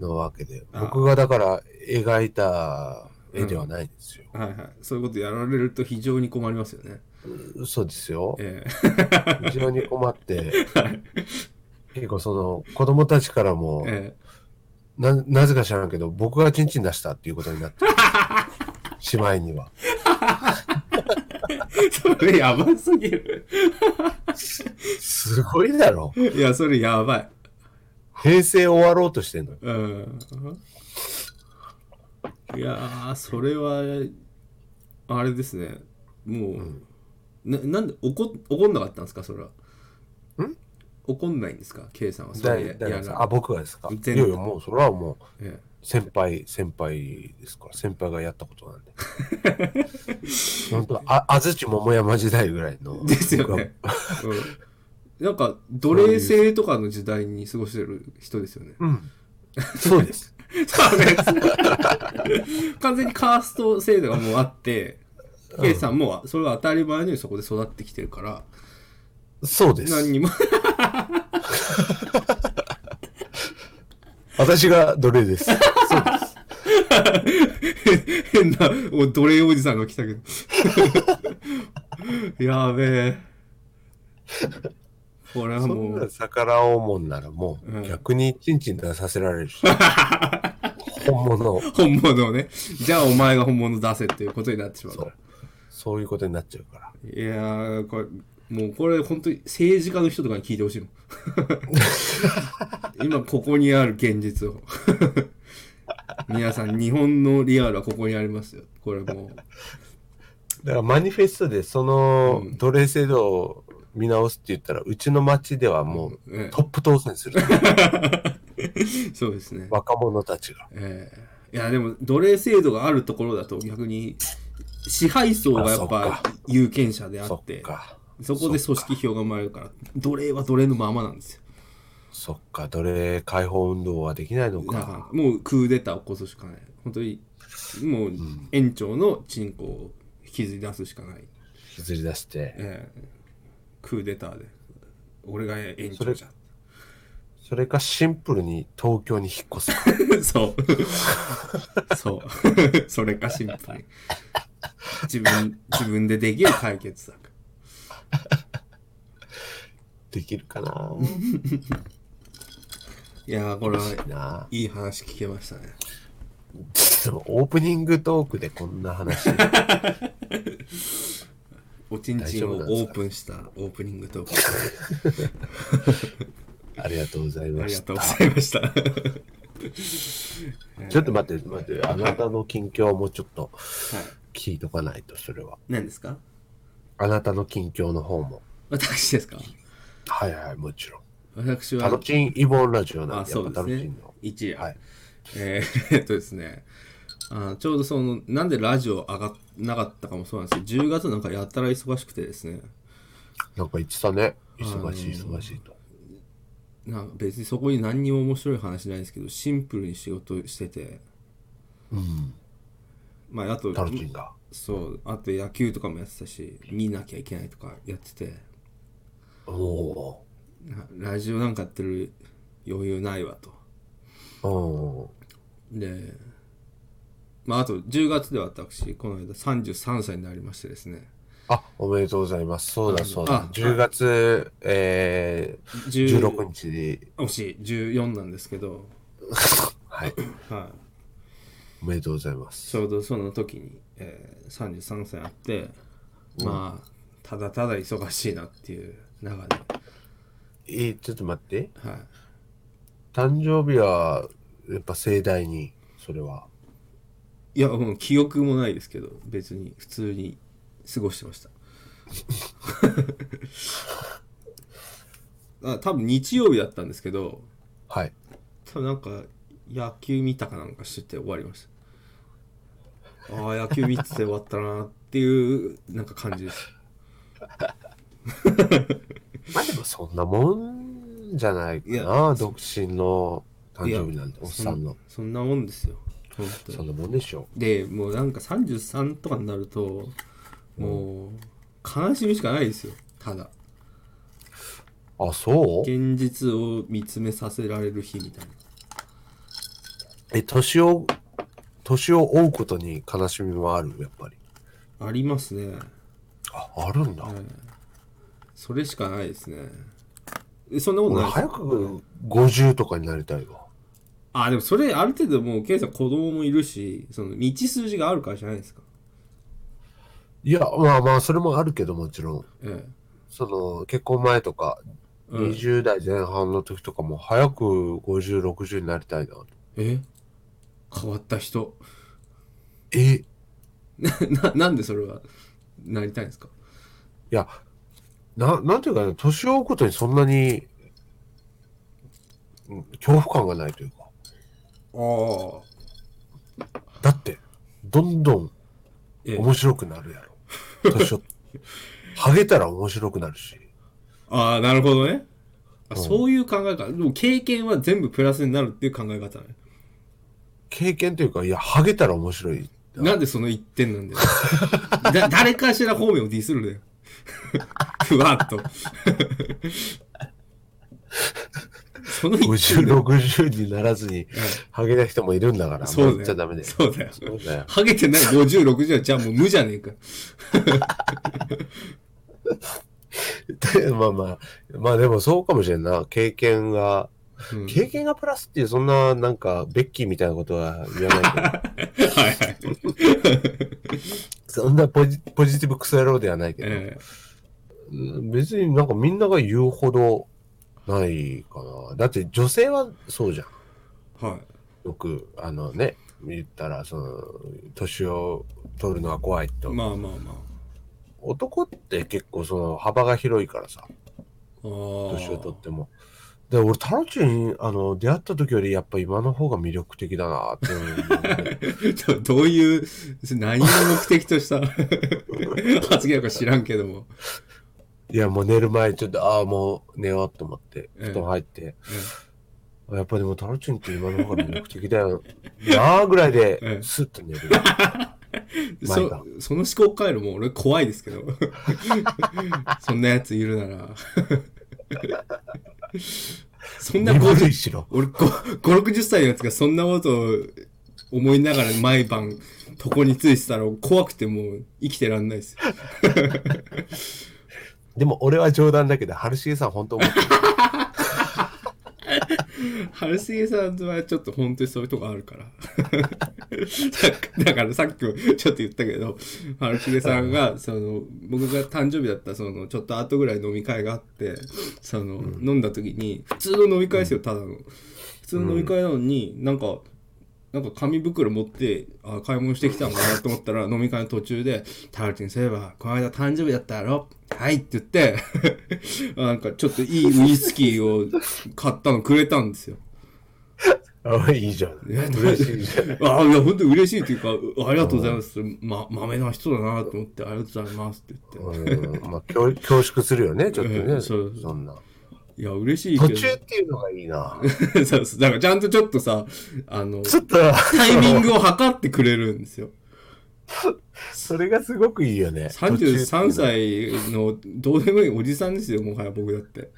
[SPEAKER 5] のわけで、
[SPEAKER 4] あ
[SPEAKER 5] 僕がだから描いた絵ではないんですよ。
[SPEAKER 4] はいはい。そういうことやられると非常に困りますよね。
[SPEAKER 5] そうですよ。
[SPEAKER 4] え
[SPEAKER 5] 非常に
[SPEAKER 4] <laughs>
[SPEAKER 5] 困って、結構その子供たちからも
[SPEAKER 4] え。、 <laughs> え
[SPEAKER 5] ななぜか知らんけど、僕がチンチン出したっていうことになって、
[SPEAKER 4] <laughs>
[SPEAKER 5] しまいには。
[SPEAKER 4] え。それやばすぎる。
[SPEAKER 5] すごいだろ。
[SPEAKER 4] いや、それやばい。
[SPEAKER 5] 平成終わろうとしてんの。
[SPEAKER 4] うん。いやー、それは、あれですね。もう、ななんで怒、怒んなかったんですか、それは。
[SPEAKER 5] ん
[SPEAKER 4] 怒んないんですか、K さんは。そ
[SPEAKER 5] 誰
[SPEAKER 4] れ
[SPEAKER 5] 誰
[SPEAKER 4] や
[SPEAKER 5] です
[SPEAKER 4] ら
[SPEAKER 5] かあ、僕がですかい
[SPEAKER 4] 全
[SPEAKER 5] や
[SPEAKER 4] 部
[SPEAKER 5] いや、もうそれはもう
[SPEAKER 4] え
[SPEAKER 5] 先輩、先輩ですから、先輩がやったことなんで。 <laughs> 本当あ安土桃山時代ぐらいの。
[SPEAKER 4] え <laughs> ですよね。うん、なんか、奴隷制とかの時代に過ごしてる人ですよ
[SPEAKER 5] <laughs>
[SPEAKER 4] ね。
[SPEAKER 5] うん。そうです。
[SPEAKER 4] そうです。完全にカースト制度がもうあって、K さんもそれは当たり前のようにそこで育ってきてるから、
[SPEAKER 5] そうです。
[SPEAKER 4] 何にも。
[SPEAKER 5] 私が奴隷
[SPEAKER 4] <laughs>
[SPEAKER 5] です。
[SPEAKER 4] 変なお奴隷おじさんが来たけど <laughs> やべえこれは
[SPEAKER 5] そ
[SPEAKER 4] も
[SPEAKER 5] んな
[SPEAKER 4] う
[SPEAKER 5] 逆らおうもんならも
[SPEAKER 4] うん
[SPEAKER 5] う逆にチンチン出させられ
[SPEAKER 4] <laughs>
[SPEAKER 5] るし。本物。
[SPEAKER 4] 本物をねじゃあお前が本物出せっていうことになってしまうか
[SPEAKER 5] そ
[SPEAKER 4] ら
[SPEAKER 5] う。そういうことになっちゃうから。
[SPEAKER 4] いやーこれもうこれ本当に政治家の人とかに聞いてほしいもん
[SPEAKER 5] <laughs>
[SPEAKER 4] 今ここにある現実を <laughs> 皆さん日本のリアルはここにありますよこれも
[SPEAKER 5] だからマニフェストでその奴隷制度を見直すって言ったら、うちの町ではもう
[SPEAKER 4] うん
[SPEAKER 5] トップ当選
[SPEAKER 4] <laughs>
[SPEAKER 5] する。
[SPEAKER 4] うそうですね
[SPEAKER 5] 若者たちが。
[SPEAKER 4] ええいやでも奴隷制度があるところだと逆に支配層がやっ
[SPEAKER 5] あそ
[SPEAKER 4] ぱ
[SPEAKER 5] っか
[SPEAKER 4] 有権者であ
[SPEAKER 5] そ
[SPEAKER 4] っ
[SPEAKER 5] ってか。
[SPEAKER 4] そこで組織票が生まれるから奴隷は奴隷のままなんですよ
[SPEAKER 5] そっか、奴隷解放運動はできないの
[SPEAKER 4] だ
[SPEAKER 5] か。
[SPEAKER 4] からもうクーデターを起こすしかない本当にもう園長の鎮魂を引きずり出すしかない、
[SPEAKER 5] 引きずり出して。
[SPEAKER 4] ええクーデターで俺が園長じゃ
[SPEAKER 5] それかシンプルに東京に引っ越す <laughs>
[SPEAKER 4] <laughs> そ
[SPEAKER 5] か。
[SPEAKER 4] うそう <laughs> それかシンプルに自分自分でできる解決策
[SPEAKER 5] できるかな
[SPEAKER 4] いやーこれは
[SPEAKER 5] なあ
[SPEAKER 4] いい話聞けましたね。
[SPEAKER 5] ちょっとオープニングトークでこんな話。
[SPEAKER 4] おちんちんを
[SPEAKER 5] 大丈夫
[SPEAKER 4] オ
[SPEAKER 5] なんです
[SPEAKER 4] ー
[SPEAKER 5] か
[SPEAKER 4] プンしたオープニングトーク
[SPEAKER 5] ありがとうござい
[SPEAKER 4] あ
[SPEAKER 5] ま
[SPEAKER 4] り
[SPEAKER 5] し
[SPEAKER 4] が
[SPEAKER 5] た
[SPEAKER 4] とう。ございま
[SPEAKER 5] <laughs>
[SPEAKER 4] した。
[SPEAKER 5] ちょっと待って、待って、あなたの近況をもうちょっと聞いとかないと、それは。
[SPEAKER 4] 何ですか
[SPEAKER 5] あなたの近況の方も。
[SPEAKER 4] 私ですか
[SPEAKER 5] はいはい、もちろん。
[SPEAKER 4] 私
[SPEAKER 5] タロ
[SPEAKER 4] は、
[SPEAKER 5] チンイボンラジオなん
[SPEAKER 4] あ、
[SPEAKER 5] で、や
[SPEAKER 4] そ
[SPEAKER 5] っ
[SPEAKER 4] う
[SPEAKER 5] ぱ
[SPEAKER 4] です
[SPEAKER 5] タロチ
[SPEAKER 4] ね
[SPEAKER 5] ンの。。
[SPEAKER 4] 一夜。
[SPEAKER 5] はい
[SPEAKER 4] えー <laughs> えっとですねあ、ちょうどその、なんでラジオ上がっなかったかもそうなんですけど、10月なんかやたら忙しくてですね、
[SPEAKER 5] なんか言ってたね。忙しい、忙しいと。
[SPEAKER 4] なんか別にそこに何にも面白い話ないんですけど、シンプルに仕事してて、
[SPEAKER 5] うん。
[SPEAKER 4] まあ、あと、
[SPEAKER 5] タロチンが。
[SPEAKER 4] そう、あと野球とかもやってたし、見なきゃいけないとかやってて、
[SPEAKER 5] おお
[SPEAKER 4] なラジオなんかやってる余裕ないわと。
[SPEAKER 5] ー。お
[SPEAKER 4] で、まあ、あと10月で私、この間33歳になりましてですね、
[SPEAKER 5] あ、おめでとうございます。そうだそうだ
[SPEAKER 4] あ。
[SPEAKER 5] 10月、えー、
[SPEAKER 4] 10
[SPEAKER 5] 16日に、
[SPEAKER 4] 惜しい、14なんですけど、
[SPEAKER 5] <clears throat> はい、
[SPEAKER 4] はい、
[SPEAKER 5] おめでとうございます。
[SPEAKER 4] ちょうどその時に、えー33歳あって、まあ、ただただ忙しいなっていう中で、
[SPEAKER 5] えー、ちょっと待って。
[SPEAKER 4] はい、
[SPEAKER 5] 誕生日はやっぱ盛大にそれはい
[SPEAKER 4] や、もう記憶もないですけど、別に普通に過ごしてました。 <laughs> あ多分日曜日だったんですけど
[SPEAKER 5] はい。
[SPEAKER 4] 多分なんか野球見たかなんかしてて終わりましたああ野球見てて終わったなっていうなんか感じです
[SPEAKER 5] まあでもそんなもんじゃないか
[SPEAKER 4] いや
[SPEAKER 5] な。独身の誕生日なんて、おっさんの。
[SPEAKER 4] そんなもんですよ本当
[SPEAKER 5] そ
[SPEAKER 4] に
[SPEAKER 5] んなもんでしょ
[SPEAKER 4] でもうなんか33とかになるともう悲しみしかないですよただ
[SPEAKER 5] う。あ、そう
[SPEAKER 4] 現実を見つめさせられる日みたいな
[SPEAKER 5] え、年を、年を追うことに悲しみもある、やっぱり。
[SPEAKER 4] ありますね、
[SPEAKER 5] あ、あるんだ。
[SPEAKER 4] はい、それしかないですねえそんなこと
[SPEAKER 5] 俺
[SPEAKER 4] ないです
[SPEAKER 5] 早く50とかになりたいわ。
[SPEAKER 4] あでもそれある程度もうケイさん子供もいるしその道筋があるからじゃないですか
[SPEAKER 5] いや、まあまあ、それもあるけど、もちろん。
[SPEAKER 4] え
[SPEAKER 5] その、結婚前とか、
[SPEAKER 4] え、うん
[SPEAKER 5] 20代前半の時とかも、早く50、60になりたいな。
[SPEAKER 4] え変わった人 <laughs>
[SPEAKER 5] え、
[SPEAKER 4] ななんでそれはなりたいんですか
[SPEAKER 5] いや、な、なんていうかね、年を追うことにそんなに、うん恐怖感がないというか。
[SPEAKER 4] ああ
[SPEAKER 5] だって、どんどん
[SPEAKER 4] ええ
[SPEAKER 5] 面白くなるやろ。
[SPEAKER 4] <laughs>
[SPEAKER 5] 年を、ハゲたら面白くなるし。
[SPEAKER 4] ああなるほどねあ
[SPEAKER 5] うん
[SPEAKER 4] そういう考え方でも経験は全部プラスになるっていう考え方ね
[SPEAKER 5] 経験というか、いや、ハゲたら面白い。
[SPEAKER 4] なんでその一点なんだよ <laughs> だ誰かしら方面をディスるんだよ <laughs> ふわっと <laughs> その一点だ
[SPEAKER 5] 50、
[SPEAKER 4] よ
[SPEAKER 5] 60にならずに、ハゲた人もいるんだから、
[SPEAKER 4] そうだよ
[SPEAKER 5] も言っちゃダメだよ。
[SPEAKER 4] そうだよ
[SPEAKER 5] そうだよ。
[SPEAKER 4] ハゲてない50、60はじゃあもう無じゃねえか。
[SPEAKER 5] で <laughs> まあまあ、まあでもそうかもしれんな。経験が、
[SPEAKER 4] うん
[SPEAKER 5] 経験がプラスっていう、そんな、なんか、ベッキーみたいなことは言わないけ
[SPEAKER 4] <laughs>
[SPEAKER 5] ど。
[SPEAKER 4] はいはい。
[SPEAKER 5] そんなポジポジティブクソ野郎ではないけど、
[SPEAKER 4] え
[SPEAKER 5] うん別になんかみんなが言うほどないかな。だって女性はそうじゃん。
[SPEAKER 4] えはい。
[SPEAKER 5] よく、あのね、言ったら、その、年を取るのは怖いと。
[SPEAKER 4] まあまあまあ。
[SPEAKER 5] 男って結構その幅が広いからさ、
[SPEAKER 4] あー
[SPEAKER 5] 年を取っても。で、俺、タロチに、あの、出会った時よりやっぱ今の方が魅力的だなって思う、
[SPEAKER 4] <laughs> <laughs> どどういう、何を目的と <laughs> した発言か知らんけども。
[SPEAKER 5] いや、もう寝る前、ちょっと、ああ、もう寝ようと思って、
[SPEAKER 4] ええ
[SPEAKER 5] 布団入って、やっぱでも、タロチンって今の方が魅力的だよなあぐらい
[SPEAKER 4] え
[SPEAKER 5] で
[SPEAKER 4] え、
[SPEAKER 5] スッと寝る。毎
[SPEAKER 4] そ
[SPEAKER 5] 晩
[SPEAKER 4] その思考回路も俺怖いですけど。 <laughs> そんなやついるなら。そ <laughs> んな
[SPEAKER 5] 身
[SPEAKER 4] 50
[SPEAKER 5] 震いしろ。
[SPEAKER 4] 俺5、60歳のやつがそんなことを思いながら毎晩床についてたら怖くてもう生きてらんないですよ。
[SPEAKER 5] でも、俺は冗談だけど、春重さん、本当
[SPEAKER 4] <laughs>
[SPEAKER 5] 思ってる
[SPEAKER 4] 春重さんはちょっと本当にそういうとこあるから。だだからさっきもちょっと言ったけど、春重さんが、その、僕が誕生日だったその、ちょっと後ぐらい飲み会があって、その、飲んだ時に、普通の飲み会ですよ、ただの。普通の飲み会なのに、なんか、なんか紙袋持ってあ買い物してきたのかなと思ったら飲み会の途中で「タラチンそういえばこの間誕生日だったやろはい」って言って <laughs> なんかちょっといいウイスキーを買ったのくれたんですよ。
[SPEAKER 5] あいいじゃん。 <laughs> 嬉しいじゃん。
[SPEAKER 4] あいや本当に嬉しいというかうありがとうございます、ま、まめな人だなと思ってありがとうございますって言って
[SPEAKER 5] うんまあ、恐恐縮するよね、ちょっと
[SPEAKER 4] ええ
[SPEAKER 5] ね。
[SPEAKER 4] そう
[SPEAKER 5] そんな。
[SPEAKER 4] いや嬉しい
[SPEAKER 5] 途
[SPEAKER 4] け
[SPEAKER 5] 中っ
[SPEAKER 4] ど
[SPEAKER 5] ていうのがい
[SPEAKER 4] <laughs>
[SPEAKER 5] いな。
[SPEAKER 4] そうそうだからちゃんとちょっとさあの
[SPEAKER 5] ちょっと、
[SPEAKER 4] タイミングを測ってくれるんですよ。
[SPEAKER 5] <laughs> それがすごくいいよね。
[SPEAKER 4] 33
[SPEAKER 5] 途中っていうのは。
[SPEAKER 4] 歳のどうでもいいおじさんですよ、もはや僕だって。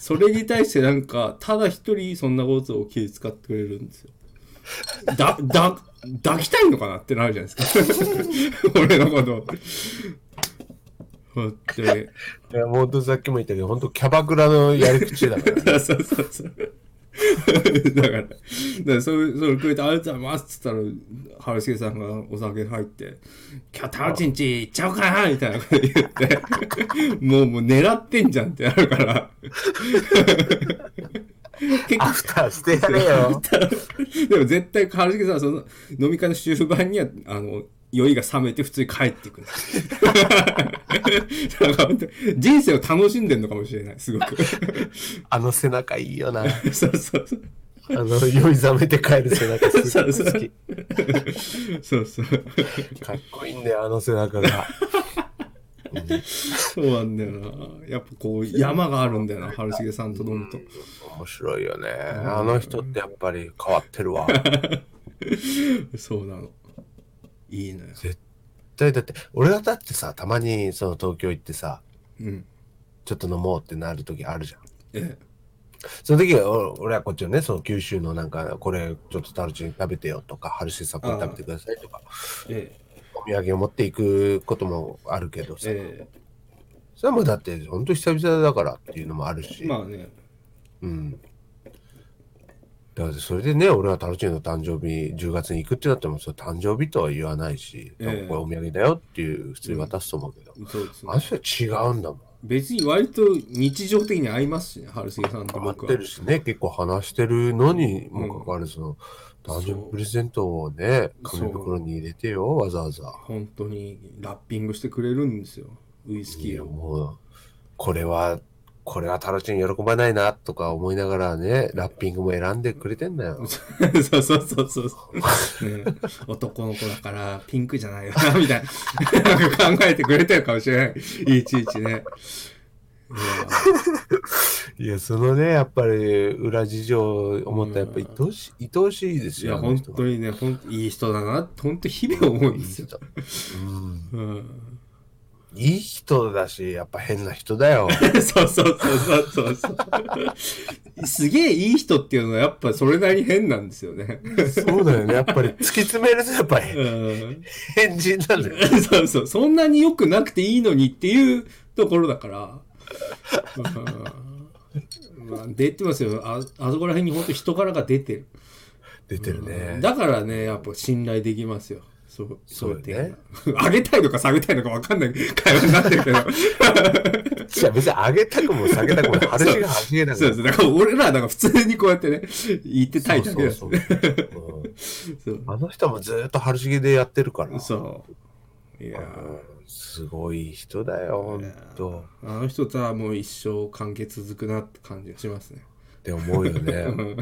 [SPEAKER 4] それに対してなんか、ただ一人そんなことを気遣ってくれるんですよ。だ、だ、抱きたいのかなってなるじゃないですか。 <laughs> 俺のこと。だって、
[SPEAKER 5] いや、本当さっきも言ったけど、本当キャバクラのやり口だから。
[SPEAKER 4] そうそうそうそう。だから、だからそれ、それくれて、ありがとうございますっつったら、春重さんがお酒入って、今日タロチンチ行っちゃおうかなみたいなこと言って、もう、もう狙ってんじゃんってなるから。結
[SPEAKER 5] <laughs> ア
[SPEAKER 4] 構
[SPEAKER 5] フターしてやれよ。
[SPEAKER 4] でも絶対、春重さんはその飲み会の終盤には、あの、酔いが冷めて普通に帰ってくる。なんか本当人生を楽しんでるのかもしれない、すごく。
[SPEAKER 5] あの背中いいよな。あ
[SPEAKER 4] そうそうそう。
[SPEAKER 5] の、酔い覚めて帰る背中 <laughs> すごい好き。
[SPEAKER 4] そうそう。
[SPEAKER 5] かっこいいんだよ、あの背中が。
[SPEAKER 4] そうなんだよな。やっぱこう、山があるんだよな、春重さんと飲むと。
[SPEAKER 5] 面白いよね。あの人ってやっぱり変わってるわ。
[SPEAKER 4] そうなの。いいのよ。
[SPEAKER 5] だって、俺はだってさ、たまにその東京行ってさ、
[SPEAKER 4] うん。
[SPEAKER 5] ちょっと飲もうってなる時あるじゃん。
[SPEAKER 4] え
[SPEAKER 5] その時はお俺はこっちのね、その九州のなんか、これちょっとタルチに食べてよとか、ハルシーさんこれ食べてくださいとか、
[SPEAKER 4] え。え
[SPEAKER 5] お土産を持っていくこともあるけど
[SPEAKER 4] え。
[SPEAKER 5] さ、
[SPEAKER 4] え
[SPEAKER 5] それはもうだって本当久々だからっていうのもあるし、
[SPEAKER 4] え。まあね。
[SPEAKER 5] うん。だってそれでね、俺はタルチンの誕生日、10月に行くってなっても、それ誕生日とは言わないし、
[SPEAKER 4] ええ
[SPEAKER 5] これお土産だよっていう、普通に渡すと思うけど、
[SPEAKER 4] そうですね
[SPEAKER 5] あの。人は違うんだもん。
[SPEAKER 4] 別に割と日常的に会いますしね、春重さんと
[SPEAKER 5] 変わっ
[SPEAKER 4] 僕
[SPEAKER 5] て
[SPEAKER 4] は
[SPEAKER 5] る。しね、結構話してるのにもかかわらず、その誕生日プレゼントをね、
[SPEAKER 4] そう
[SPEAKER 5] 紙袋に入れてよ、わざわざ。
[SPEAKER 4] 本当にラッピングしてくれるんですよ。ウイス
[SPEAKER 5] い
[SPEAKER 4] キ
[SPEAKER 5] や、
[SPEAKER 4] ーを。
[SPEAKER 5] もう、これは、これはタロチン喜ばないなとか思いながらね、ラッピングも選んでくれてんだよ。
[SPEAKER 4] <laughs> そうそうそうそうそう、ね男の子だからピンクじゃないよな、 <laughs> みたいな。なんか考えてくれてるかもしれない。いちいちね。いや
[SPEAKER 5] いや、そのね、やっぱり裏事情を思ったら、やっぱり愛おしい、愛おしいで
[SPEAKER 4] い
[SPEAKER 5] すよ。
[SPEAKER 4] や、
[SPEAKER 5] あの
[SPEAKER 4] 本
[SPEAKER 5] 人
[SPEAKER 4] 当にね、本当いい人だな、本当日々思うんですよ。
[SPEAKER 5] うん
[SPEAKER 4] うん、 <laughs>
[SPEAKER 5] いい人だし、やっぱ変な人
[SPEAKER 4] <laughs>
[SPEAKER 5] だよ。
[SPEAKER 4] そうそうそうそうそうそう。 <laughs> すげえいい人っていうのはやっぱそれなりに変なんですよね。
[SPEAKER 5] そうだよね。やっぱり突き詰めると、やっぱ
[SPEAKER 4] う
[SPEAKER 5] り
[SPEAKER 4] ん
[SPEAKER 5] 変人なんだよ。
[SPEAKER 4] <laughs> そうそう、そんなに良くなくていいのにっていうところだから。うんまあ、出てますよ。あ、あそこら辺に本当人柄が出てる。
[SPEAKER 5] 出てるね。
[SPEAKER 4] だからね、やっぱ信頼できますよ。そう、そういう点が上げたいのか下げたいのか分かんない会話になってるけど。
[SPEAKER 5] いや、別に上げたくも下げ
[SPEAKER 4] <laughs>
[SPEAKER 5] たくも、話が始めな
[SPEAKER 4] そうです。だから俺らなんか普通にこうやってね、言ってたいだけだしそ
[SPEAKER 5] そ
[SPEAKER 4] うう
[SPEAKER 5] そうそううん
[SPEAKER 4] そう。
[SPEAKER 5] あの人もずーっと春重でやってるから。
[SPEAKER 4] いや
[SPEAKER 5] うんすごい人だよ、ほんと。
[SPEAKER 4] ーあの人とはもう一生関係続くなって感じがし <laughs> ますね。
[SPEAKER 5] って思うよね。
[SPEAKER 4] <laughs>
[SPEAKER 5] うん。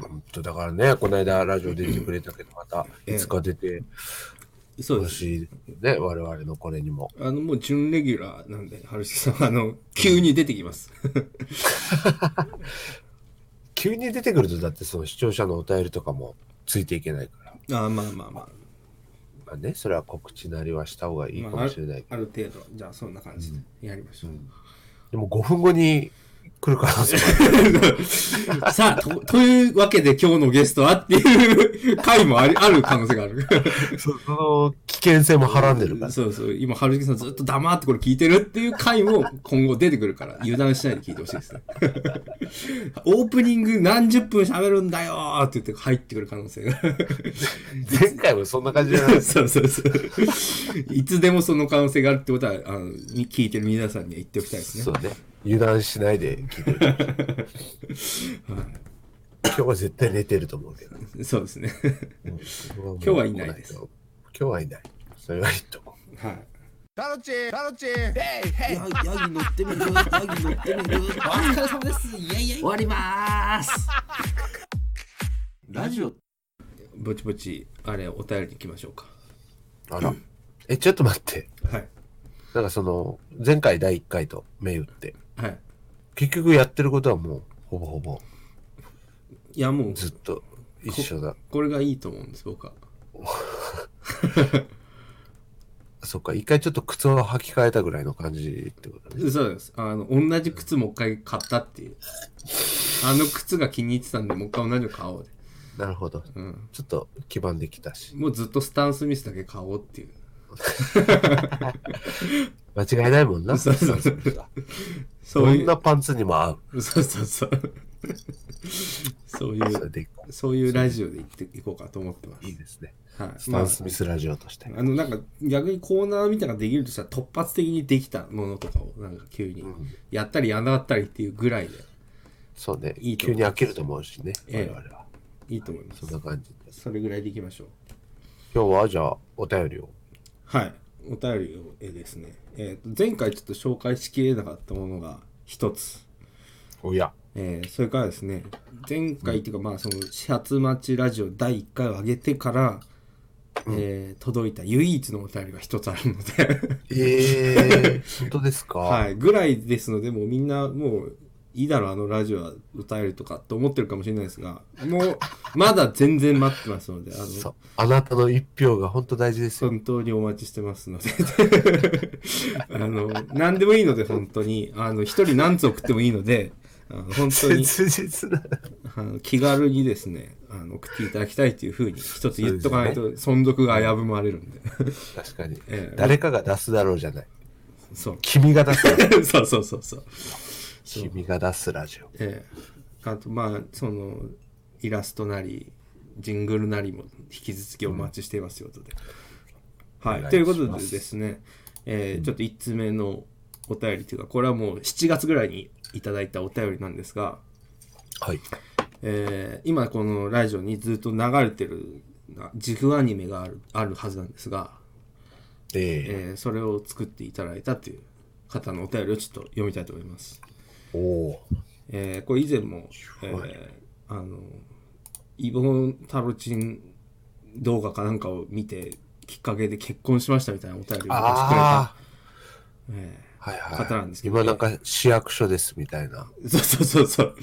[SPEAKER 5] 本当だからね、この間ラジオ出てくれたけど、またいつか出て
[SPEAKER 4] そう
[SPEAKER 5] ほ
[SPEAKER 4] です。
[SPEAKER 5] しいね、我々のこれにも。
[SPEAKER 4] あの、もう準レギュラーなんで、春重さん、あの、急に出てきます。
[SPEAKER 5] 急に出てくると、だってその視聴者のお便りとかもついていけないから。
[SPEAKER 4] あーまあまあまあ。
[SPEAKER 5] まあね、それは告知なりはした方がいいか
[SPEAKER 4] まあ、あ
[SPEAKER 5] もしれない
[SPEAKER 4] る。ある程度、じゃあそんな感じでやりましょう。
[SPEAKER 5] でも5分後に来る可能性もある。
[SPEAKER 4] さあと、というわけで今日のゲストはっていう回もありある可能性がある。
[SPEAKER 5] <laughs> その危険性もはらんでるから。
[SPEAKER 4] そうそう、今、春樹さんずっと黙ってこれ聞いてるっていう回も今後出てくるから、油断しないで聞いてほしいですね。 <laughs> オープニング何十分喋るんだよーって言って入ってくる可能性が。
[SPEAKER 5] <laughs> 前回もそんな感じじゃな
[SPEAKER 4] <laughs>
[SPEAKER 5] い
[SPEAKER 4] そうそうそう。いつでもその可能性があるってことは、あの、に聞いてる皆さんには言っておきたいです
[SPEAKER 5] そ
[SPEAKER 4] ね。
[SPEAKER 5] うね。油断しないで聞い <laughs> てる。今日は絶対寝てると思うけど。
[SPEAKER 4] そうですね。
[SPEAKER 5] 今
[SPEAKER 4] 日はいないです
[SPEAKER 5] 今日はいない。それはいいと思う。
[SPEAKER 4] はい。
[SPEAKER 1] タロチタロチヘイヘイ
[SPEAKER 2] ヤヤギ乗ってみるヤギ乗ってみる
[SPEAKER 3] お疲れ様ですイエイイエイ
[SPEAKER 2] 終わりまーすラジオ
[SPEAKER 4] ぼちぼち、あれ、お便りに行きましょうか。
[SPEAKER 5] あら。え、ちょっと待って。
[SPEAKER 4] はい。
[SPEAKER 5] なんかその、前回第1回と銘打って、
[SPEAKER 4] はい。
[SPEAKER 5] 結局やってることはもう、ほぼほぼ、
[SPEAKER 4] いや、もう、
[SPEAKER 5] ずっと一緒だ。
[SPEAKER 4] これがいいと思うんです、僕は。
[SPEAKER 5] そっか、一回ちょっと靴を履き替えたぐらいの感じってことね。
[SPEAKER 4] そうです。あの、同じ靴もう一回買ったっていう。あの靴が気に入ってたんで、もう一回同じの買おうで。
[SPEAKER 5] なるほど。
[SPEAKER 4] うん。
[SPEAKER 5] ちょっと基盤できたし。
[SPEAKER 4] もうずっとスタン・スミスだけ買おうっていう。
[SPEAKER 5] 間違いないもんな。
[SPEAKER 4] そうそうそうそ
[SPEAKER 5] ど
[SPEAKER 4] うい
[SPEAKER 5] ん
[SPEAKER 4] う。
[SPEAKER 5] なパンツにも合
[SPEAKER 4] <laughs>
[SPEAKER 5] う。
[SPEAKER 4] そうそうそう。そうい
[SPEAKER 5] それ
[SPEAKER 4] う、
[SPEAKER 5] で
[SPEAKER 4] そういうラジオで行っていこうかと思ってます。
[SPEAKER 5] いいですね。
[SPEAKER 4] はい。
[SPEAKER 5] スタン・スミスラジオとして。
[SPEAKER 4] まああの、なんか、逆にコーナーみたいなのができるとしたら、突発的にできたものとかを、なんか急に、やったりやんなかったりっていうぐらいで、
[SPEAKER 5] そうね。
[SPEAKER 4] いいと
[SPEAKER 5] 急
[SPEAKER 4] 思い
[SPEAKER 5] に
[SPEAKER 4] ま
[SPEAKER 5] 飽きると思うしね。
[SPEAKER 4] ええ
[SPEAKER 5] 我々は。
[SPEAKER 4] いいと思います
[SPEAKER 5] そん。な感じです。
[SPEAKER 4] それぐらいでいきましょう。
[SPEAKER 5] 今日はじゃあお便りを。
[SPEAKER 4] はい。お便りをえーですね。えーと、前回ちょっと紹介しきれなかったものが一つ。
[SPEAKER 5] おや。
[SPEAKER 4] えーそれからですね、前回っていうか、まあ、その、始発待ちラジオ第1回を上げてから、えー届いた唯一のお便りが一つあるの
[SPEAKER 5] <laughs>
[SPEAKER 4] で、
[SPEAKER 5] ええ本当ですか
[SPEAKER 4] <laughs> はい、ぐらいですので、もうみんな、もう、いいだろう、あのラジオは歌えるとかって思ってるかもしれないですが、もう、まだ全然待ってますので、あの、
[SPEAKER 5] そう。あなたの一票が本当大事ですよ。
[SPEAKER 4] 本当にお待ちしてますので <laughs> あの何でもいいので本当にあの一人何つ送ってもいいのであの本当に
[SPEAKER 5] 切実な。
[SPEAKER 4] あの気軽にですねあの送っていただきたいというふうに一つ言っとかないと存続が危ぶまれるんで <laughs>
[SPEAKER 5] 確かに、
[SPEAKER 4] ええ
[SPEAKER 5] 誰かが出すだろうじゃない。
[SPEAKER 4] そう <laughs>
[SPEAKER 5] 君が出すだろう。
[SPEAKER 4] そうそうそうそう、
[SPEAKER 5] 君が出すラジオ。
[SPEAKER 4] ええあとまあそのイラストなりジングルなりも引き続きお待ちしていますということで、はい
[SPEAKER 5] お願い
[SPEAKER 4] ということ
[SPEAKER 5] しま
[SPEAKER 4] ですですね、えーちょっと1通目のお便りというかこれはもう7月ぐらいにいただいたお便りなんですが、
[SPEAKER 5] はい。
[SPEAKER 4] えー今このラジオにずっと流れてるな自負アニメがあるあるはずなんですが、え
[SPEAKER 5] え
[SPEAKER 4] ーそれを作っていただいたという方のお便りをちょっと読みたいと思います。
[SPEAKER 5] えおお。
[SPEAKER 4] えーこれ以前も、えーあのイボン・タロチン動画かなんかを見てきっかけで結婚しましたみたいなお便りを私くれた
[SPEAKER 5] ああ。はいはい。
[SPEAKER 4] 方なんですけど
[SPEAKER 5] 今なんか市役所ですみたいな。
[SPEAKER 4] そうそうそうそう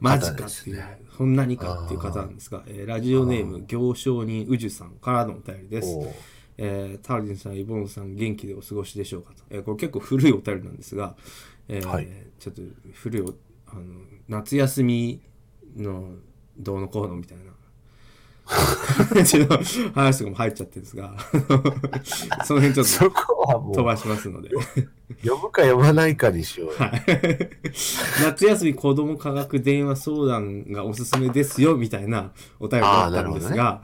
[SPEAKER 4] マジか
[SPEAKER 5] 方で
[SPEAKER 4] って
[SPEAKER 5] す
[SPEAKER 4] いう、
[SPEAKER 5] ね
[SPEAKER 4] そんなにかっていう方なんですが、えーラジオネーム行商人宇治さんからのお便りです
[SPEAKER 5] おう、
[SPEAKER 4] えータロチンさんイボンさん元気でお過ごしでしょうかと、えーこれ結構古いお便りなんですが、えー
[SPEAKER 5] はい
[SPEAKER 4] ちょっと古いおあの夏休みのどうのこうのみたいな
[SPEAKER 5] <laughs>
[SPEAKER 4] 感じの話とかも入っちゃってるんですがその辺ちょっ
[SPEAKER 5] そ
[SPEAKER 4] と
[SPEAKER 5] こはも
[SPEAKER 4] 飛
[SPEAKER 5] う
[SPEAKER 4] ばしますので。
[SPEAKER 5] 読むか読まないかにしようよ。
[SPEAKER 4] 夏休み子ども科学電話相談がおすすめですよみたいなお便りだったんですが、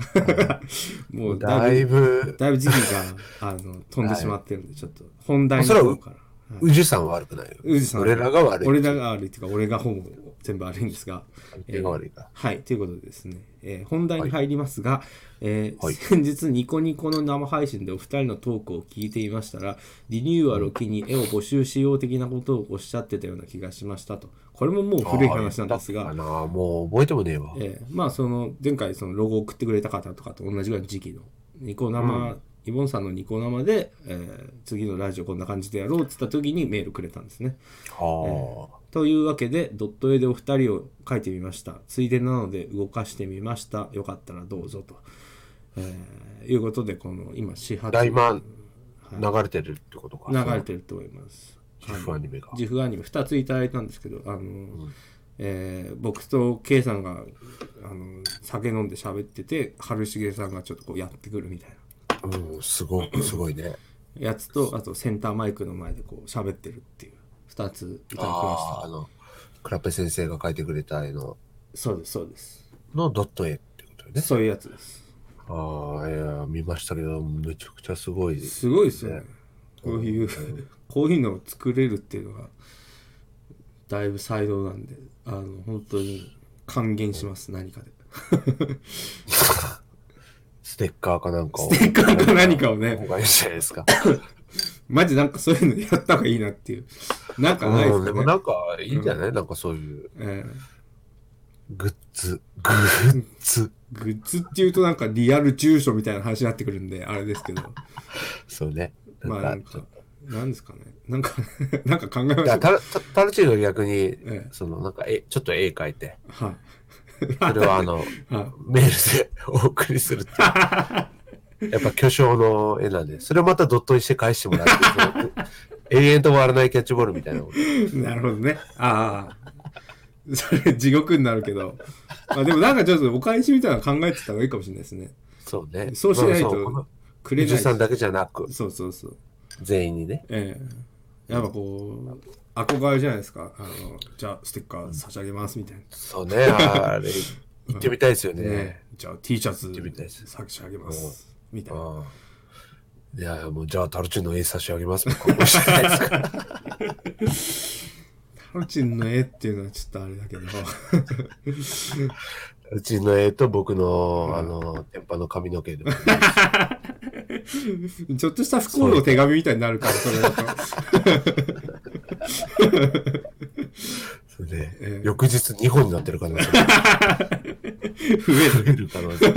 [SPEAKER 4] もうだ
[SPEAKER 5] だ
[SPEAKER 4] い
[SPEAKER 5] い
[SPEAKER 4] ぶ、
[SPEAKER 5] ぶ、
[SPEAKER 4] だいぶ時期があの飛んでしまってるんで、ちょっと本題の方から。
[SPEAKER 5] 宇治さんは悪くないよ。
[SPEAKER 4] 宇治さん
[SPEAKER 5] 俺らが悪い。
[SPEAKER 4] 俺らが悪いっていうか、俺がほぼ全部悪いんですが。
[SPEAKER 5] 俺が悪いか。
[SPEAKER 4] はい、ということでですね、えー本題に入りますが、えー
[SPEAKER 5] はい
[SPEAKER 4] 先日ニコニコの生配信でお二人のトークを聞いていましたら、リニューアルを機に絵を募集しよう的なことをおっしゃってたような気がしましたと。これももう古い話なんです
[SPEAKER 5] あ
[SPEAKER 4] が
[SPEAKER 5] ー、だったかなもう覚えてもねえわ。
[SPEAKER 4] えーまあその前回そのロゴを送ってくれた方とかと同じぐらいの時期のニコ生、イボンさんのニコ生で、えー次のラジオこんな感じでやろうって言った時にメールくれたんですね。
[SPEAKER 5] は
[SPEAKER 4] というわけでドット絵でお二人を描いてみましたついでなので動かしてみましたよかったらどうぞと、えーいうことでこの今始
[SPEAKER 5] あ。
[SPEAKER 4] 発
[SPEAKER 5] だ
[SPEAKER 4] 流
[SPEAKER 5] 今、流れてるってことか。
[SPEAKER 4] れてると思います
[SPEAKER 5] その。ジフアニメが。
[SPEAKER 4] 自負アニメ2ついただいたんですけどあの、えー僕と K さんがあの酒飲んで喋ってて春重さんがちょっとこうやってくるみたいな
[SPEAKER 5] うん、すご <clears throat> い、すごいね。
[SPEAKER 4] やつとあとセンターマイクの前でこう喋ってるっていう2ついただきま
[SPEAKER 5] あ
[SPEAKER 4] し
[SPEAKER 5] あ、あの、クラペ先生が描いてくれた絵の、
[SPEAKER 4] たそうですそうです
[SPEAKER 5] のドット絵ってことよね。
[SPEAKER 4] そういうやつです
[SPEAKER 5] ああ、いや、見ましたけど、めちゃくちゃすごいです。
[SPEAKER 4] すごいですよね。こういう、こういうのを作れるっていうのが、だいぶ才能なんで、あの、本当に還元します、何かで。 <laughs>
[SPEAKER 5] ステッカーかなんかを。
[SPEAKER 4] ステッカーか何かをね、
[SPEAKER 5] お返しじゃないですか。
[SPEAKER 4] マジなんかそういうのやった方がいいなっていう。なんかないで
[SPEAKER 5] う
[SPEAKER 4] すか
[SPEAKER 5] ん、で
[SPEAKER 4] ね
[SPEAKER 5] も。なんか、いいんじゃない、なんかそういう、
[SPEAKER 4] えー
[SPEAKER 5] グッズ、グッズ。
[SPEAKER 4] グッズっていうとなんかリアル住所みたいな話になってくるんで、あれです
[SPEAKER 5] <laughs>
[SPEAKER 4] けど。
[SPEAKER 5] そうね。なん
[SPEAKER 4] ま
[SPEAKER 5] か、
[SPEAKER 4] あなん
[SPEAKER 5] ち
[SPEAKER 4] か
[SPEAKER 5] ょっと。、
[SPEAKER 4] なんですかね。なんか、 <laughs> なんか考えましょう
[SPEAKER 5] だからタルタルチーノ逆に、
[SPEAKER 4] え
[SPEAKER 5] そのなんかえちょっと絵描いて
[SPEAKER 4] はい。
[SPEAKER 5] それをあ <laughs> の
[SPEAKER 4] はい
[SPEAKER 5] メールでお送りするって
[SPEAKER 4] <laughs>
[SPEAKER 5] いうやっぱ巨匠の絵なんでそれをまたドットにして返してもらってその永遠と終わらないキャッチボールみたいなこと
[SPEAKER 4] <laughs> なるほどね。ああ。それ地獄になるけど。まあでもなんかちょっとお返しみたいなの考えてた方がいいかもしれないですね。
[SPEAKER 5] そうね
[SPEAKER 4] そうしない
[SPEAKER 5] まあそうことの
[SPEAKER 4] くれ
[SPEAKER 5] 宇
[SPEAKER 4] ない
[SPEAKER 5] 治
[SPEAKER 4] し。
[SPEAKER 5] さんだけじゃなく
[SPEAKER 4] そうそうそう。
[SPEAKER 5] 全員にね
[SPEAKER 4] ええやっぱこう、憧れじゃないですか。あの、じゃあステッカー差し上げますみたいな。
[SPEAKER 5] そうねあれ行ってみたいですよね、
[SPEAKER 4] ね、じゃあ T シャツ
[SPEAKER 5] ってみたいです
[SPEAKER 4] 差し上げます。みたいな。
[SPEAKER 5] ああいやもうじゃあタルチーノ絵差し上げますもんこうしてないですか
[SPEAKER 4] ハルチンの絵っていうのはちょっとあれだけど。
[SPEAKER 5] うちの絵と僕の、あの、天パの髪の
[SPEAKER 4] <laughs>
[SPEAKER 5] 毛でも。
[SPEAKER 4] ちょっとした不幸の手紙みたいになるから、それ
[SPEAKER 5] <laughs>
[SPEAKER 4] だと。
[SPEAKER 5] それで、
[SPEAKER 4] ええ
[SPEAKER 5] 翌日2本になってる可能性も
[SPEAKER 4] 増え
[SPEAKER 5] 増える可能
[SPEAKER 4] <laughs>
[SPEAKER 5] 性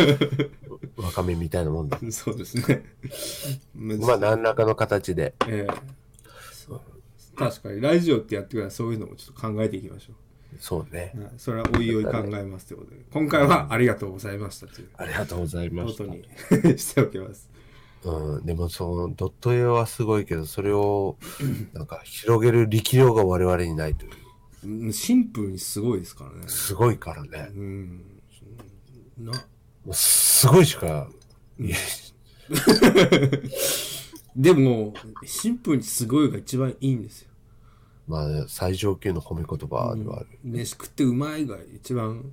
[SPEAKER 5] もわかめみたいなもんだ。
[SPEAKER 4] る。そうですね。ま
[SPEAKER 5] まあ、何らかの形で。
[SPEAKER 4] ええ確かに、ラジオってやってからそういうのもちょっと考えていきましょ
[SPEAKER 5] そうね
[SPEAKER 4] う。。はいそれはおいおい考えますということで、今回はありがとうございましたという
[SPEAKER 5] ありがとうございま
[SPEAKER 4] こ
[SPEAKER 5] し
[SPEAKER 4] と
[SPEAKER 5] た。
[SPEAKER 4] にしておきます。
[SPEAKER 5] うん、でもそのドット絵はすごいけど、それ
[SPEAKER 4] <clears throat>
[SPEAKER 5] をなんか広げる力量が我々にないという。
[SPEAKER 4] うんシンプルにすごいですからね。
[SPEAKER 5] すごいからね
[SPEAKER 4] う。ん。な、
[SPEAKER 5] もうすごいしか、いや
[SPEAKER 4] でも、シンプルにすごいが一番いいんですよ。
[SPEAKER 5] まあ、最上級の褒め言葉ではある。
[SPEAKER 4] 飯食ってうまいが一番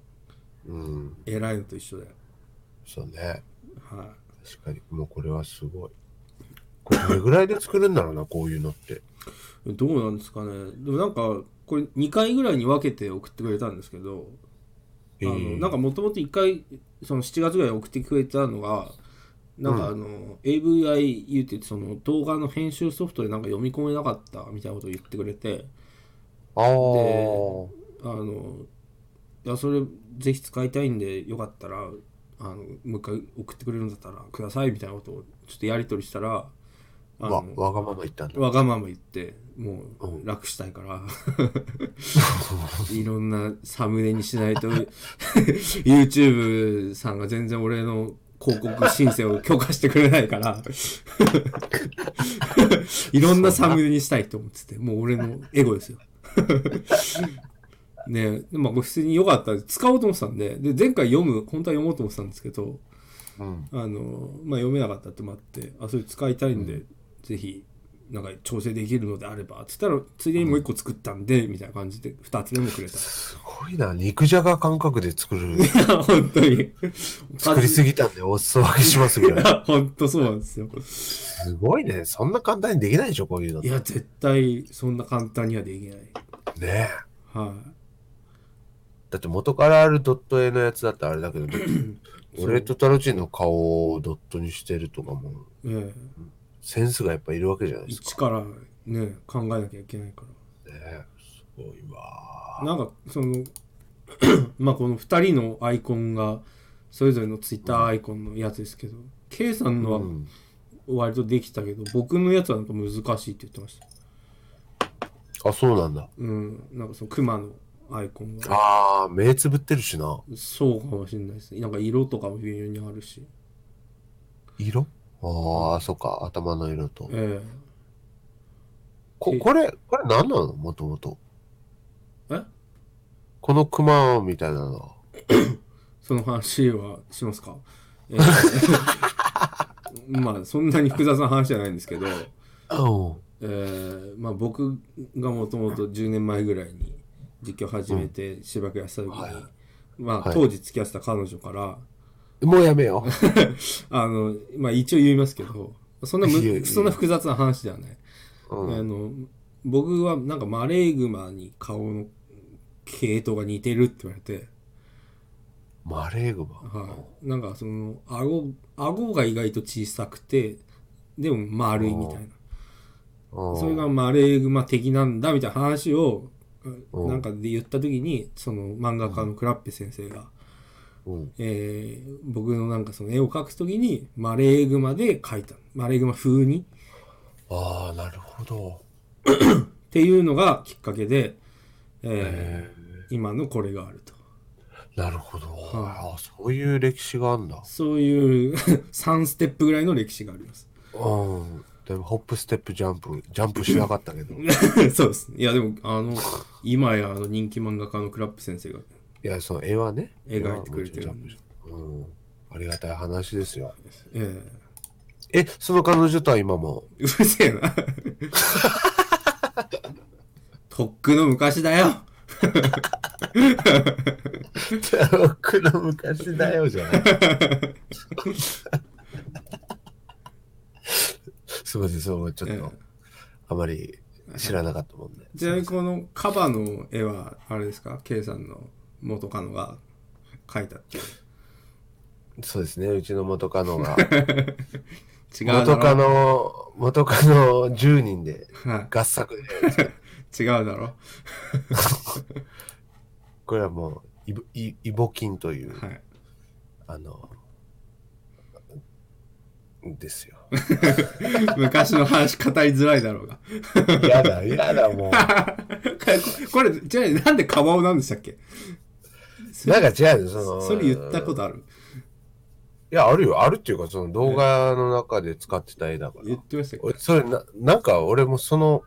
[SPEAKER 5] うん、
[SPEAKER 4] 偉いのと一緒だよ。
[SPEAKER 5] そうね。
[SPEAKER 4] はい、
[SPEAKER 5] 確かに、もうこれはすごい。これどれぐらいで作るんだろうな、こういうのって。
[SPEAKER 4] どうなんですかね。でもなんか、これ2回ぐらいに分けて送ってくれたんですけど、あの
[SPEAKER 5] うん
[SPEAKER 4] なんかもともと1回、その7月ぐらいに送ってくれたのが、なんかあの、AVIU ってその動画の編集ソフトでなんか読み込めなかったみたいなことを言ってくれて、
[SPEAKER 5] ああ、
[SPEAKER 4] あの、いや、それぜひ使いたいんで、よかったら、あの、もう一回送ってくれるんだったらくださいみたいなことをちょっとやり取りしたら、あ
[SPEAKER 5] わ
[SPEAKER 4] の、
[SPEAKER 5] わがまま言ったんだ。
[SPEAKER 4] わがまま言っても
[SPEAKER 5] うん
[SPEAKER 4] う楽したいからいろんなサムネにしないと <laughs> YouTube さんが全然俺の広告申請を許可してくれないからいろんなサムネにしたいと思っててもう俺のエゴですよねえまあこれ普通に良かったんで使おうと思ってたんでで前回読む本当は読もうと思ってたんですけど
[SPEAKER 5] うん。
[SPEAKER 4] あのまあ、読めなかったってもあってあそれ使いたいんで、ぜひなんか調整できるのであればつったらついでにもう一個作ったんで、みたいな感じで2つでもくれた
[SPEAKER 5] すごいな、肉じゃが感覚で作る、
[SPEAKER 4] <laughs> 本当に
[SPEAKER 5] 作りすぎたんでお裾分けしますみたい
[SPEAKER 4] <laughs>
[SPEAKER 5] な。
[SPEAKER 4] 本当そうなんですよ
[SPEAKER 5] すごいね。そんな簡単にできないでしょ、こういうのっ
[SPEAKER 4] い
[SPEAKER 5] て。
[SPEAKER 4] や絶対そんな簡単にはできない
[SPEAKER 5] ねえ。
[SPEAKER 4] はい、
[SPEAKER 5] だって元からあるドット絵のやつだってあれ
[SPEAKER 4] <clears throat>
[SPEAKER 5] だけど、俺とタロチンの顔をドットにしてるとかも、
[SPEAKER 4] ええ
[SPEAKER 5] センスがやっぱいるわけじゃないです
[SPEAKER 4] 一からね考えなきゃいけないか
[SPEAKER 5] かね。すごいわ
[SPEAKER 4] らなんかその <coughs> まあこの2人のアイコンがそれぞれのツイッターアイコンのやつですけど、K さんの
[SPEAKER 5] ー。
[SPEAKER 4] は、
[SPEAKER 5] うん。
[SPEAKER 4] 割とできたけど僕のやつはなんか難しいって言ってました
[SPEAKER 5] あ、そうなんだ。
[SPEAKER 4] うんなんかその熊のアイコンが
[SPEAKER 5] ああ、目つぶってるしな。
[SPEAKER 4] そうかもしれないですねなんか色とかも微妙にあるし
[SPEAKER 5] 色ああ、そっか。頭の色と。
[SPEAKER 4] え
[SPEAKER 5] こ、これ、これ何なのもともと。
[SPEAKER 4] え
[SPEAKER 5] このクマみたいなのは。
[SPEAKER 4] えその話はしますか、え <laughs> えまあそんなに複雑な話じゃないんですけど、
[SPEAKER 5] うん。
[SPEAKER 4] ええまあ、僕がもともと10年前ぐらいに実況始めて芝居やってた時に、
[SPEAKER 5] はいはい
[SPEAKER 4] ま
[SPEAKER 5] は
[SPEAKER 4] あ
[SPEAKER 5] い
[SPEAKER 4] 当時付き合ってた彼女から、
[SPEAKER 5] もうやめよう。
[SPEAKER 4] あのまあ一応言いますけどそんなむ
[SPEAKER 5] いやいや
[SPEAKER 4] そんな複雑な話ではない <laughs>
[SPEAKER 5] うん
[SPEAKER 4] あの僕はなんかマレーグマに顔の系統が似てるって言われて、
[SPEAKER 5] マレーグマ。
[SPEAKER 4] はい、なんかその顎顎が意外と小さくてでも丸いみたいな
[SPEAKER 5] そ
[SPEAKER 4] それがマレーグマ的なんだみたいな話を
[SPEAKER 5] うん
[SPEAKER 4] なんかで言った時にその漫画家のクラッペ先生が、
[SPEAKER 5] うん。
[SPEAKER 4] えー僕のなんかその絵を描く時にマレーグマで描いたマレーグマ風に
[SPEAKER 5] ああ、なるほど。
[SPEAKER 4] っていうのがきっかけで、え
[SPEAKER 5] え
[SPEAKER 4] ー今のこれがあると。
[SPEAKER 5] ー、なるほど。
[SPEAKER 4] は
[SPEAKER 5] ああ、そういう歴史があるんだ。
[SPEAKER 4] そういう <laughs> 3ステップぐらいの歴史があります。 <laughs>
[SPEAKER 5] うん。でも、ホップ、ステップ、ジャンプ、ジャンプしなかったけど。い
[SPEAKER 4] そうです。いや、でも、あの、今やあの人気漫画家のクラップ先生が
[SPEAKER 5] や、その絵はね。
[SPEAKER 4] 描いてくれてるんで。
[SPEAKER 5] うん。ありがたい話ですよ。
[SPEAKER 4] え
[SPEAKER 5] え、その彼女とは今も。
[SPEAKER 4] え <laughs> うるせえな。とっくの昔だよ。
[SPEAKER 5] 僕の昔だよじゃない。 <laughs> すみません、そう、ちょっと、
[SPEAKER 4] ええ
[SPEAKER 5] あまり、知らなかったもんね。
[SPEAKER 4] ちなみにこのカバの絵はあれですか K さんの元カノが描いたっていう
[SPEAKER 5] そうですね、うちの元カノが。
[SPEAKER 4] 違うだろ
[SPEAKER 5] 元カノ、元カノ10人で
[SPEAKER 4] は
[SPEAKER 5] 合作
[SPEAKER 4] <laughs>
[SPEAKER 5] で。
[SPEAKER 4] い違うだろ
[SPEAKER 5] これはもうイボ、イイボキンという、
[SPEAKER 4] はい <laughs>
[SPEAKER 5] あの、ですよ。
[SPEAKER 4] 昔の話語りづらいだろうが
[SPEAKER 5] や <laughs> だ、やだ、も
[SPEAKER 4] <laughs>
[SPEAKER 5] う。
[SPEAKER 4] これじゃあなんでカバオなんでしたっけ
[SPEAKER 5] なんか違うよ、その。
[SPEAKER 4] それ言ったことある
[SPEAKER 5] いや、あるよ、あるっていうか、その動画の中で使ってた絵だか
[SPEAKER 4] 言
[SPEAKER 5] ら
[SPEAKER 4] っ。てましたっけ
[SPEAKER 5] 俺それな、なんか俺もその、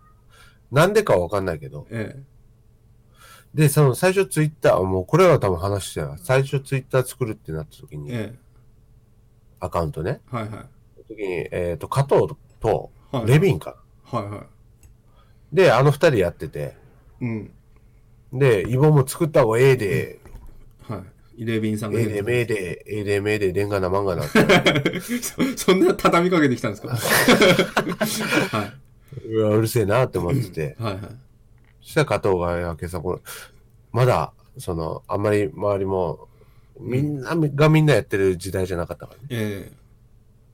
[SPEAKER 5] なんでかわかんないけど。
[SPEAKER 4] え
[SPEAKER 5] で、その最初ツイッター、もうこれは多分話してた。最初ツイッター作るってなった時
[SPEAKER 4] え
[SPEAKER 5] に、
[SPEAKER 4] え
[SPEAKER 5] アカウントね。
[SPEAKER 4] えはいはい
[SPEAKER 5] その時に、えっ、と、加藤と
[SPEAKER 4] はい
[SPEAKER 5] レビンか。
[SPEAKER 4] はいは
[SPEAKER 5] で、あの二人やってて。
[SPEAKER 4] いうん
[SPEAKER 5] で、イボも作った方がええで、
[SPEAKER 4] はいイレビンさんが
[SPEAKER 5] ええ
[SPEAKER 4] 言
[SPEAKER 5] で、
[SPEAKER 4] う
[SPEAKER 5] めえで、ええで、めえで、レンガな漫画なって。
[SPEAKER 4] <laughs> そそんな畳みかけてきたんですかは
[SPEAKER 5] うわ、うるせえなって思ってて。
[SPEAKER 4] いはいはい
[SPEAKER 5] そしたら加藤が、いや今朝これ、まだ、その、あんまり周りも、みんながみんなやってる時代じゃなかったからね。
[SPEAKER 4] え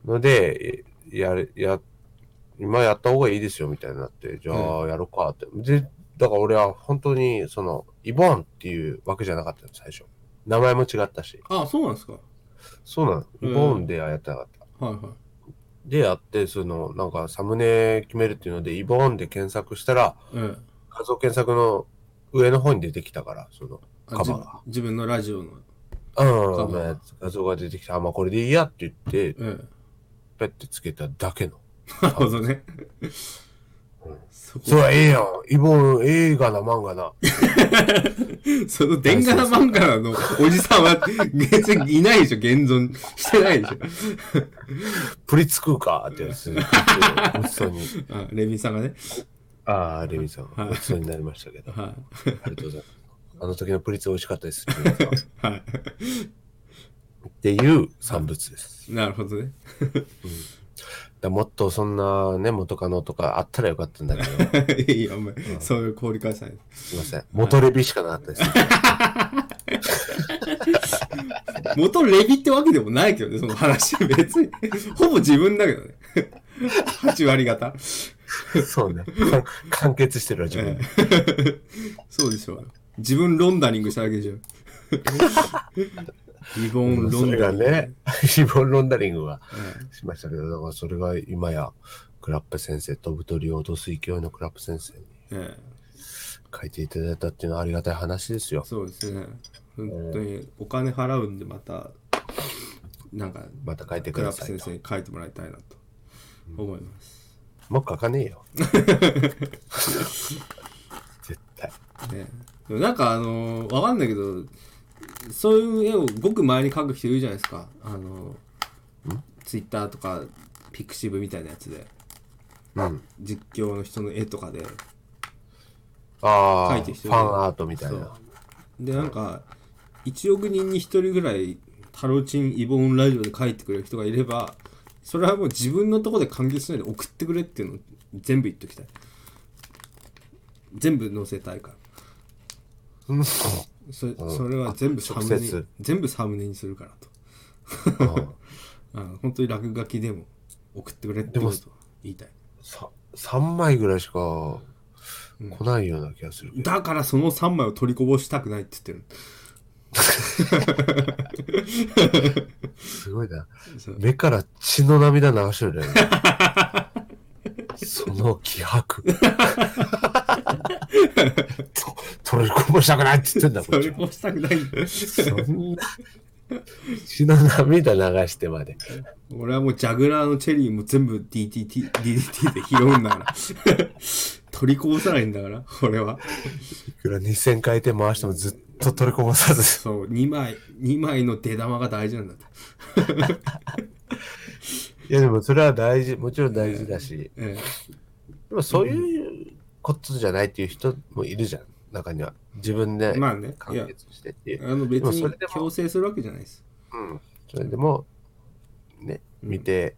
[SPEAKER 4] え
[SPEAKER 5] ので、えやれ、や、今やった方がいいですよ、みたいになって、じゃあ、やろうかって。で、だから俺は本当に、その、イボンっていうわけじゃなかったの、最初。名前も違ったし。
[SPEAKER 4] あそうなんですか
[SPEAKER 5] そうな
[SPEAKER 4] うん
[SPEAKER 5] の。イボンではやってなかった。
[SPEAKER 4] はいはい
[SPEAKER 5] で、やって、その、なんか、サムネ決めるっていうので、イボンで検索したら、
[SPEAKER 4] ええ
[SPEAKER 5] 画像検索の上の方に出てきたから、その、
[SPEAKER 4] あ
[SPEAKER 5] カ
[SPEAKER 4] 自
[SPEAKER 5] バー
[SPEAKER 4] 分
[SPEAKER 5] が。
[SPEAKER 4] 自分のラジオの
[SPEAKER 5] う
[SPEAKER 4] カ
[SPEAKER 5] ん、
[SPEAKER 4] バー
[SPEAKER 5] まあ画像が出てきて、あ、まあこれでいいやって言って、
[SPEAKER 4] ええ
[SPEAKER 5] ペッてつけただけの。
[SPEAKER 4] なるほどね。そ
[SPEAKER 5] そ
[SPEAKER 4] こ、
[SPEAKER 5] りゃええやん。イボン、映画な漫画な。
[SPEAKER 4] その、デンガラマンガラのおじさんは、別にいないでしょ、現存してないでしょ。
[SPEAKER 5] プリツクーかーってやつ。ごちそうに。
[SPEAKER 4] あレビンさんがね。
[SPEAKER 5] ああ、レミさん、ごちそうになりましたけど。あ
[SPEAKER 4] は
[SPEAKER 5] りがとうございます。あの時のプリツ美味しかったです。レミさんっ
[SPEAKER 4] い。 <laughs> は
[SPEAKER 5] ていう産物です。
[SPEAKER 4] い。なるほどね。 <laughs>
[SPEAKER 5] だもっとそんなね、元カノとかあったらよかったんだけど、
[SPEAKER 4] いいよ、お前。そういう氷返さない。
[SPEAKER 5] すいません。元レビしかなかったです。
[SPEAKER 4] 元レビってわけでもないけどね、その話。別に。 <laughs> ほぼ自分だけどね。8割方。
[SPEAKER 5] そうね。完結してるわ、自分で。
[SPEAKER 4] そうでしょう。自分ロンダリングしただけでしょ。 <laughs> リボンロ
[SPEAKER 5] そ
[SPEAKER 4] ン
[SPEAKER 5] れ
[SPEAKER 4] ダリ
[SPEAKER 5] が
[SPEAKER 4] ング。
[SPEAKER 5] ね、リボンロンダリングは
[SPEAKER 4] う
[SPEAKER 5] しましたけど、だからそれが今や、クラップ先生、飛ぶ鳥を落とす勢いのクラップ先生に
[SPEAKER 4] ええ
[SPEAKER 5] 書いていただいたっていうのはありがたい話ですよ。
[SPEAKER 4] そうですね。本当にお金払うんでまた、なんか、
[SPEAKER 5] また書いて
[SPEAKER 4] ク
[SPEAKER 5] く
[SPEAKER 4] ラッ
[SPEAKER 5] だ
[SPEAKER 4] プ
[SPEAKER 5] さい
[SPEAKER 4] 先
[SPEAKER 5] と
[SPEAKER 4] 生。に書いてもらいたいなと思います。
[SPEAKER 5] もう書かねえよ。絶対。
[SPEAKER 4] ね、でもなんかあのーわかんないけど、そういう絵をごく前に描く人いるじゃないですか。あのツイッターとか、ピクシブみたいなやつで、
[SPEAKER 5] うん。
[SPEAKER 4] 実況の人の絵とかで。
[SPEAKER 5] あ
[SPEAKER 4] 書
[SPEAKER 5] あ、
[SPEAKER 4] いて
[SPEAKER 5] フ
[SPEAKER 4] きて
[SPEAKER 5] ァ
[SPEAKER 4] る
[SPEAKER 5] ンアートみたい
[SPEAKER 4] そう
[SPEAKER 5] な。
[SPEAKER 4] で、なんか、1億人に1人ぐらい、タロチン、イボンラジオで書いてくれる人がいれば、それはもう自分のとこで完結しないで送ってくれっていうのを全部言っときたい。全部載せたいから。
[SPEAKER 5] うん
[SPEAKER 4] それそれは全部サムネ
[SPEAKER 5] 直接
[SPEAKER 4] 全部サムネにするからと。あの本当に落書きでも送ってくれってことを言いたい。
[SPEAKER 5] さ3枚ぐらいしか来ないような気がするけど。
[SPEAKER 4] だからその3枚を取りこぼしたくないって言って
[SPEAKER 5] すごいな
[SPEAKER 4] そう。
[SPEAKER 5] 目から血の涙流してるね。その気
[SPEAKER 4] <laughs>
[SPEAKER 5] 迫。と取りこぼしたくないって言ってんだ、
[SPEAKER 4] る。
[SPEAKER 5] こ
[SPEAKER 4] 取りこ
[SPEAKER 5] っちは
[SPEAKER 4] ぼしたくないんだ。
[SPEAKER 5] そんな。血の涙流してまで。
[SPEAKER 4] 俺はもうジャグラーのチェリーも全部 DDT, DDT で拾うんだから。 <laughs> 取りこぼさないんだから、俺は。
[SPEAKER 5] いくら2000回転回してもずっと取りこぼさず。
[SPEAKER 4] そう、2枚、2枚の出玉が大事なんだって。
[SPEAKER 5] いやでもそれは大事、もちろん大事だし、
[SPEAKER 4] ええ
[SPEAKER 5] でもそういうことじゃないっていう人もいるじゃん、中には。自分で
[SPEAKER 4] まあねいや
[SPEAKER 5] 完結してっていう。
[SPEAKER 4] あの別
[SPEAKER 5] でもそ
[SPEAKER 4] に
[SPEAKER 5] れでも
[SPEAKER 4] 強制するわけじゃないです。
[SPEAKER 5] うん、それでも、ね、見て、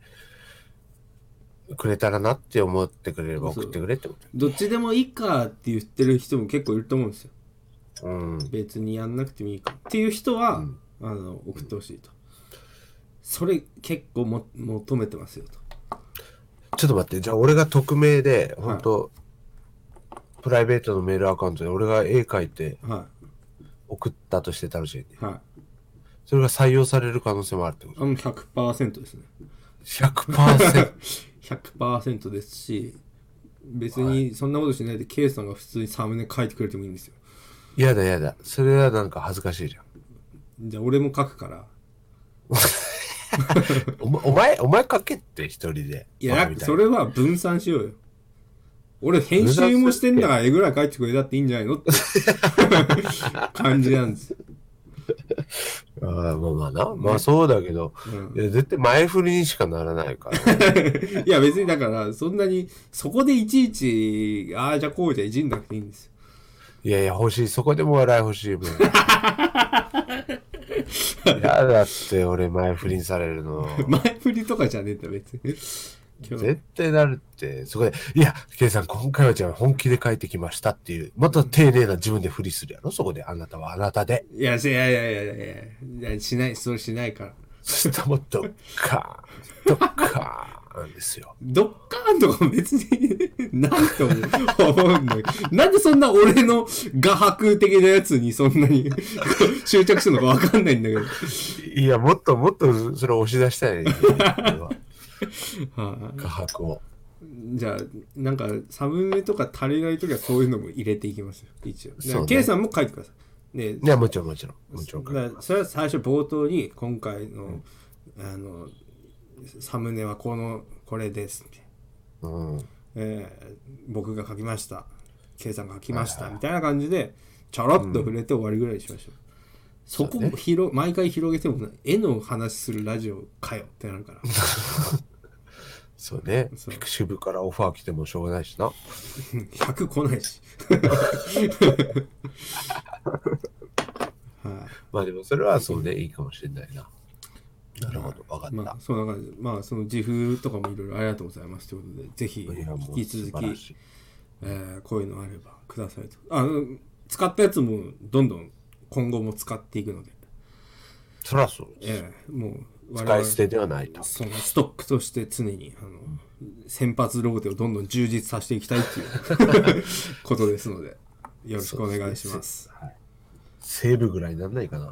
[SPEAKER 5] くれたらなって思ってくれれば
[SPEAKER 4] そう
[SPEAKER 5] 送ってくれってこ
[SPEAKER 4] どっちでもいいかって言ってる人も結構いると思うんですよ。
[SPEAKER 5] と。うん。
[SPEAKER 4] 別にやんなくてもいいかっていう人は、
[SPEAKER 5] うん
[SPEAKER 4] あの送ってほしいと。それ結構も求めてますよと。
[SPEAKER 5] ちょっと待って、じゃあ俺が匿名で、本当、プライベートのメールアカウントで俺が絵描いて
[SPEAKER 4] は
[SPEAKER 5] 送ったとしてタロチェに。
[SPEAKER 4] い。はい。
[SPEAKER 5] それが採用される可能性もあるって <laughs> こと
[SPEAKER 4] あもう100%ですね。
[SPEAKER 5] ?100%。
[SPEAKER 4] 100%ですし、別にそんなことしないで、ケイさんが普通にサムネ書いてくれてもいいんですよ。
[SPEAKER 5] やだやだ。それはなんか恥ずかしいじゃん。
[SPEAKER 4] じゃあ俺も書くから。
[SPEAKER 5] おまお前、お前書けって一人で。
[SPEAKER 4] い
[SPEAKER 5] バ
[SPEAKER 4] や、
[SPEAKER 5] カみた
[SPEAKER 4] それは分散しようよ。俺、編集もしてんだから、絵ぐらい描いてくれたっていいんじゃないの
[SPEAKER 5] <laughs>
[SPEAKER 4] って感じなんです。
[SPEAKER 5] ああまあまあな。まあそうだけど、
[SPEAKER 4] うん
[SPEAKER 5] いや絶対前振りにしかならないから。
[SPEAKER 4] <laughs> いや、別にだから、そんなに、そこでいちいち、ああ、じゃあこうじゃいじんなくていいんですよ。 <laughs>
[SPEAKER 5] いやいや、欲しい。そこでも笑い欲しいもん。やだって、俺、前振りにされ
[SPEAKER 4] <laughs>
[SPEAKER 5] るの。
[SPEAKER 4] 前振りとかじゃねえんだ、別に。今日
[SPEAKER 5] 絶対なるって。そこで、いや、ケイさん、今回はじゃあ本気で書いてきましたっていう、また丁寧な自分で振りするやろそこで、あなたはあなたで。
[SPEAKER 4] いや、いやいやいやいやいやいや、しない、それしないから。
[SPEAKER 5] そしたらもうドッカーン、ドッカーンですよ。
[SPEAKER 4] ドッカーンとか別に <laughs> ないと思う思うんだけど。なんでそんな俺の画伯的なやつにそんなに <laughs> 執着するのかわかんないんだけど。
[SPEAKER 5] い <laughs> や、もっともっとそれを押し出し
[SPEAKER 4] <laughs>
[SPEAKER 5] たい、ね。俺は
[SPEAKER 4] は
[SPEAKER 5] 画伯を。
[SPEAKER 4] いじゃあ、なんかサムネとか足りないときはそういうのも入れていきますよ。一応。だか
[SPEAKER 5] そう
[SPEAKER 4] ら
[SPEAKER 5] ね
[SPEAKER 4] K さんも書いてください。で、
[SPEAKER 5] いや、もちろんもちろん。もちろん
[SPEAKER 4] だからそれは最初冒頭に今回の、あの、サムネはこの、これですみたいな。
[SPEAKER 5] うん。
[SPEAKER 4] えー僕が書きました K さんが書きましたみたいな感じでちょろっと触れて終わりぐらいにしましょう、そこも広毎回広げても絵の話するラジオかよってなるから
[SPEAKER 5] そうね。
[SPEAKER 4] そう
[SPEAKER 5] ピクシブからオファー来てもしょうがないしな。
[SPEAKER 4] 100来ない
[SPEAKER 5] <laughs>
[SPEAKER 4] しは
[SPEAKER 5] まあでもそれはそうね、いいかもしれないな。なるほど、わかっ
[SPEAKER 4] い、
[SPEAKER 5] た。
[SPEAKER 4] まあそんな感じでまあその自負とかもいろいろありがとうございますということでぜひ
[SPEAKER 5] いやも
[SPEAKER 4] 引
[SPEAKER 5] う
[SPEAKER 4] き続
[SPEAKER 5] 素晴ら
[SPEAKER 4] き、
[SPEAKER 5] しい
[SPEAKER 4] えーこういうのあればくださいとあの使ったやつもどんどん今後も使っていくので
[SPEAKER 5] そらそうです。
[SPEAKER 4] ええ、もう我々
[SPEAKER 5] 使い捨てではないと。
[SPEAKER 4] そのストックとして常にあの先発ローテをどんどん充実させていきたいっていう
[SPEAKER 5] <laughs>
[SPEAKER 4] ことですのでよろしくお願いします
[SPEAKER 5] セーブぐらいになんない
[SPEAKER 4] <laughs>
[SPEAKER 5] かな。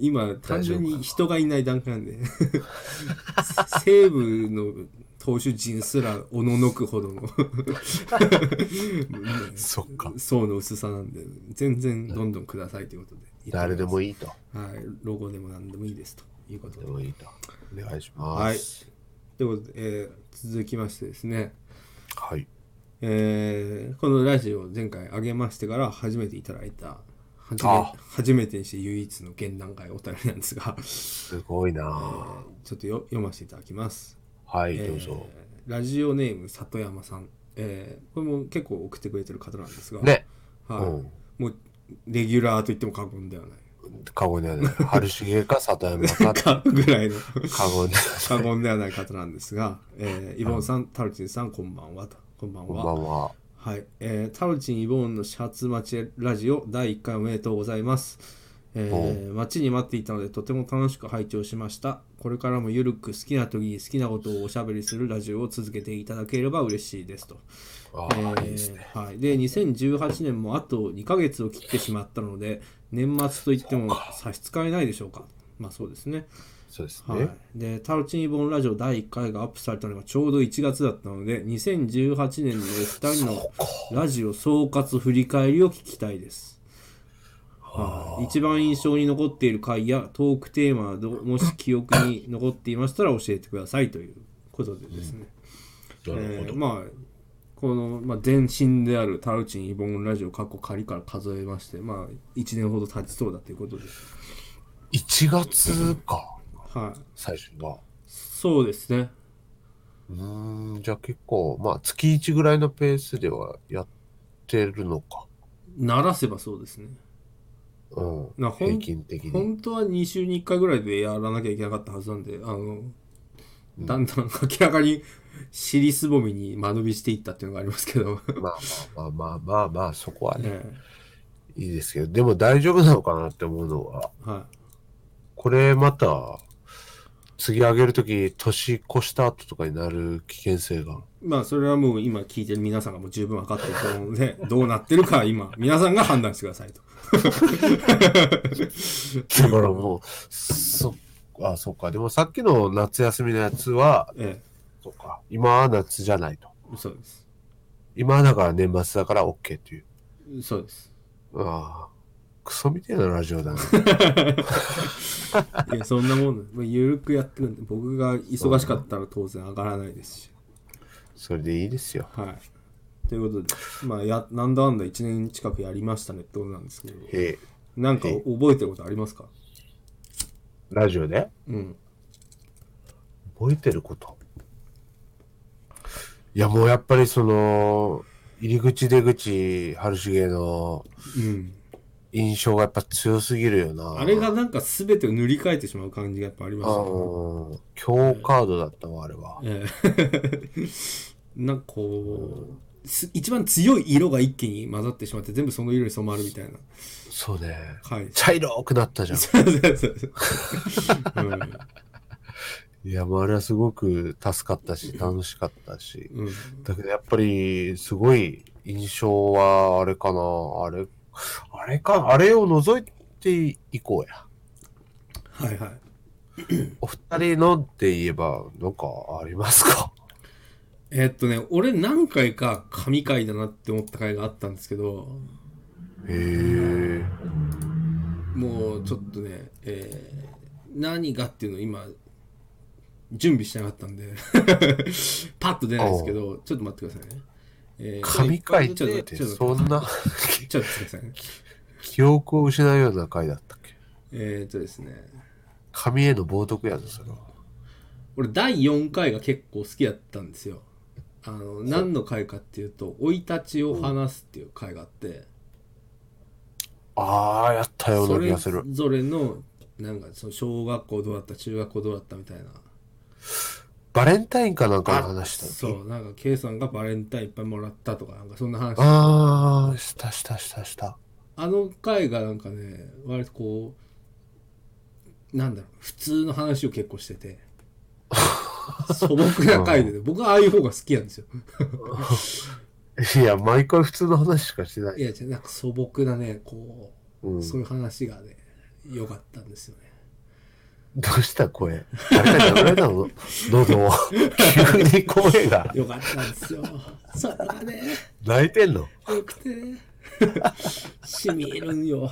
[SPEAKER 4] 今単純に人がいない段階なんで <laughs> 西武の投手陣すらおののくほどの
[SPEAKER 5] そっ
[SPEAKER 4] <laughs>
[SPEAKER 5] か。
[SPEAKER 4] 層の薄さなんで全然どんどんくださいということで
[SPEAKER 5] 誰でも
[SPEAKER 4] い
[SPEAKER 5] いいと。
[SPEAKER 4] い、はい、ロゴでも何でもいいですということ
[SPEAKER 5] で
[SPEAKER 4] で
[SPEAKER 5] もいいと。お願いします。
[SPEAKER 4] ということで、えー続きましてですね
[SPEAKER 5] はい。
[SPEAKER 4] えーこのラジオを前回上げましてから初めていただいた初め
[SPEAKER 5] あ
[SPEAKER 4] 初めてにして唯一の現段階お便りなんですが <laughs> ち
[SPEAKER 5] すごいなぁ
[SPEAKER 4] ょっとよ読ませていただきます、
[SPEAKER 5] はい、
[SPEAKER 4] え
[SPEAKER 5] ど
[SPEAKER 4] ー
[SPEAKER 5] うぞ。
[SPEAKER 4] ラジオネーム里山さん、えーこれも結構送ってくれてる方なんですが、
[SPEAKER 5] ね。
[SPEAKER 4] はい
[SPEAKER 5] うん
[SPEAKER 4] もうレギュラーと言っても過言ではない <laughs>
[SPEAKER 5] カゴにはね、春重か里山か、
[SPEAKER 4] かぐらいの
[SPEAKER 5] カゴには
[SPEAKER 4] 過言ではない方なんですが、えーイボンさんタルチンさんこんばんはとこんばん
[SPEAKER 5] こん
[SPEAKER 4] は
[SPEAKER 5] ばんは。
[SPEAKER 4] はい、えータロチン・イボーンの始発待ちラジオ第1回おめでとうございます、えー待ちに待っていたのでとても楽しく拝聴しましたこれからもゆるく好きな時に好きなことをおしゃべりするラジオを続けていただければ嬉しいですと
[SPEAKER 5] あ
[SPEAKER 4] え
[SPEAKER 5] あ、
[SPEAKER 4] ー
[SPEAKER 5] いいですね。
[SPEAKER 4] はい、で2018年もあと2ヶ月を切ってしまったので年末といっても差し支えないでしょうかまあそうですね
[SPEAKER 5] そうです
[SPEAKER 4] はい
[SPEAKER 5] ね。、
[SPEAKER 4] でタロチンイボンラジオ第1回がアップされたのがちょうど1月だったので2018年のお二人のラジオ総括振り返りを聞きたいです、はい一番印象に残っている回やトークテーマなどもし記憶に残っていましたら教えてくださいということでですね、
[SPEAKER 5] <laughs> なる
[SPEAKER 4] え
[SPEAKER 5] ほ
[SPEAKER 4] ー
[SPEAKER 5] ど。
[SPEAKER 4] まあこの、まあ、前身であるタロチンイボンラジオ過去仮から数えまして、まあ、1年ほど経ちそうだということで、
[SPEAKER 5] 1月か、
[SPEAKER 4] はい、
[SPEAKER 5] 最初は。
[SPEAKER 4] そうですね
[SPEAKER 5] うーん、じゃあ結構、まあ月1ぐらいのペースではやってるのか。
[SPEAKER 4] 鳴らせばそうですね
[SPEAKER 5] うん
[SPEAKER 4] な。ほん
[SPEAKER 5] 平均的に。
[SPEAKER 4] 本当は2週に1回ぐらいでやらなきゃいけなかったはずなんであの
[SPEAKER 5] うん
[SPEAKER 4] だんだん明らかに尻すぼみに間延びしていったっていうのがありますけ
[SPEAKER 5] <laughs>
[SPEAKER 4] ど、
[SPEAKER 5] まあまあまあまあまあ、まあ、そこはね、
[SPEAKER 4] ね
[SPEAKER 5] いいですけど、でも大丈夫なのかなって思うのは、
[SPEAKER 4] は
[SPEAKER 5] これまた、次上げるとき、年越した後とかになる危険性が。
[SPEAKER 4] い、まあそれはもう今聞いてる皆さんがもう十分分かってると思うので <laughs> どうなってるかは今皆さんが判断してくださいと
[SPEAKER 5] だからもう、そ、あ、そうか。でもさっきの夏休みのやつは、
[SPEAKER 4] え
[SPEAKER 5] そうか。今は夏じゃないと。
[SPEAKER 4] えそうです
[SPEAKER 5] 今はだから年末だから OK という。
[SPEAKER 4] そうです
[SPEAKER 5] ああ。クソみたいなラジオだな。 <laughs>
[SPEAKER 4] いやそんなもんまあゆるくやってるんで僕が忙しかったら当然上がらないですし
[SPEAKER 5] それでいいですよ。
[SPEAKER 4] はいということでまあやなんだかんだ1年近くやりましたねってことなんですけど
[SPEAKER 5] へえ。
[SPEAKER 4] なんか覚えてることありますか
[SPEAKER 5] ラジオで
[SPEAKER 4] うん
[SPEAKER 5] 覚えてること。いや、もうやっぱりその、入り口出口、春重の
[SPEAKER 4] うん
[SPEAKER 5] 印象がやっぱ強すぎるよな。
[SPEAKER 4] あれがなんか全てを塗り替えてしまう感じがやっぱありま
[SPEAKER 5] あ
[SPEAKER 4] したね
[SPEAKER 5] の、強カードだったわ、あれは。
[SPEAKER 4] ええ <laughs> なんかこうす一番強い色が一気に混ざってしまって全部その色に染まるみたいな
[SPEAKER 5] そうね。
[SPEAKER 4] はい
[SPEAKER 5] 茶色くなったじゃ
[SPEAKER 4] <laughs>
[SPEAKER 5] ん。
[SPEAKER 4] そうそうそうそう
[SPEAKER 5] いや、もうあれはすごく助かったし、楽しかったし。
[SPEAKER 4] うん、うん、
[SPEAKER 5] だけどやっぱり、すごい印象は、あれかな、あれ、あれか、あれを除いていこうや。
[SPEAKER 4] はいはい
[SPEAKER 5] お二人のって言えば、なんかありますか
[SPEAKER 4] えーっとね俺何回か神回だなって思った回があったんですけど
[SPEAKER 5] へえ。
[SPEAKER 4] もうちょっとね、えー何がっていうのを今準備してなかったんで <laughs> パッと出ないですけどちょっと待ってくださいね、えー
[SPEAKER 5] 神回っ
[SPEAKER 4] ちょっと
[SPEAKER 5] て、
[SPEAKER 4] ちょっと
[SPEAKER 5] そんな
[SPEAKER 4] ちょっと待ってくださいね
[SPEAKER 5] 記憶を失うような回だったっけ
[SPEAKER 4] えーっとですね
[SPEAKER 5] 神への冒涜やぞ、それは。
[SPEAKER 4] 俺第4回が結構好きだったんですよあの何の回かっていうと「生い立ちを話す」っていう回があって
[SPEAKER 5] ああ、やったよう
[SPEAKER 4] そ
[SPEAKER 5] な気
[SPEAKER 4] れ
[SPEAKER 5] がする。
[SPEAKER 4] ぞれのなんかその小学校どうだった中学校どうだったみたいな
[SPEAKER 5] バレンタインかなんかの話した
[SPEAKER 4] そ
[SPEAKER 5] 時
[SPEAKER 4] うなんか K さんがバレンタインいっぱいもらったとかなんかそんな話
[SPEAKER 5] ああ、したしたしたした。
[SPEAKER 4] あの回がなんかね割とこうなんだろう普通の話を結構して <laughs> て素朴な回でね僕はああいう方が好きなんですよ
[SPEAKER 5] <laughs> いや、毎回普通の話しかしてな
[SPEAKER 4] い。
[SPEAKER 5] い
[SPEAKER 4] やじゃあなんか素朴なねこう、
[SPEAKER 5] うん
[SPEAKER 4] そういう話がね良かったんですよね
[SPEAKER 5] どうした声誰かに殴られ
[SPEAKER 4] <laughs>
[SPEAKER 5] たの喉を。急に声が。
[SPEAKER 4] 良かったんです <laughs> よそれがね
[SPEAKER 5] 泣いてんの
[SPEAKER 4] 良くて <laughs> ねしみるんよ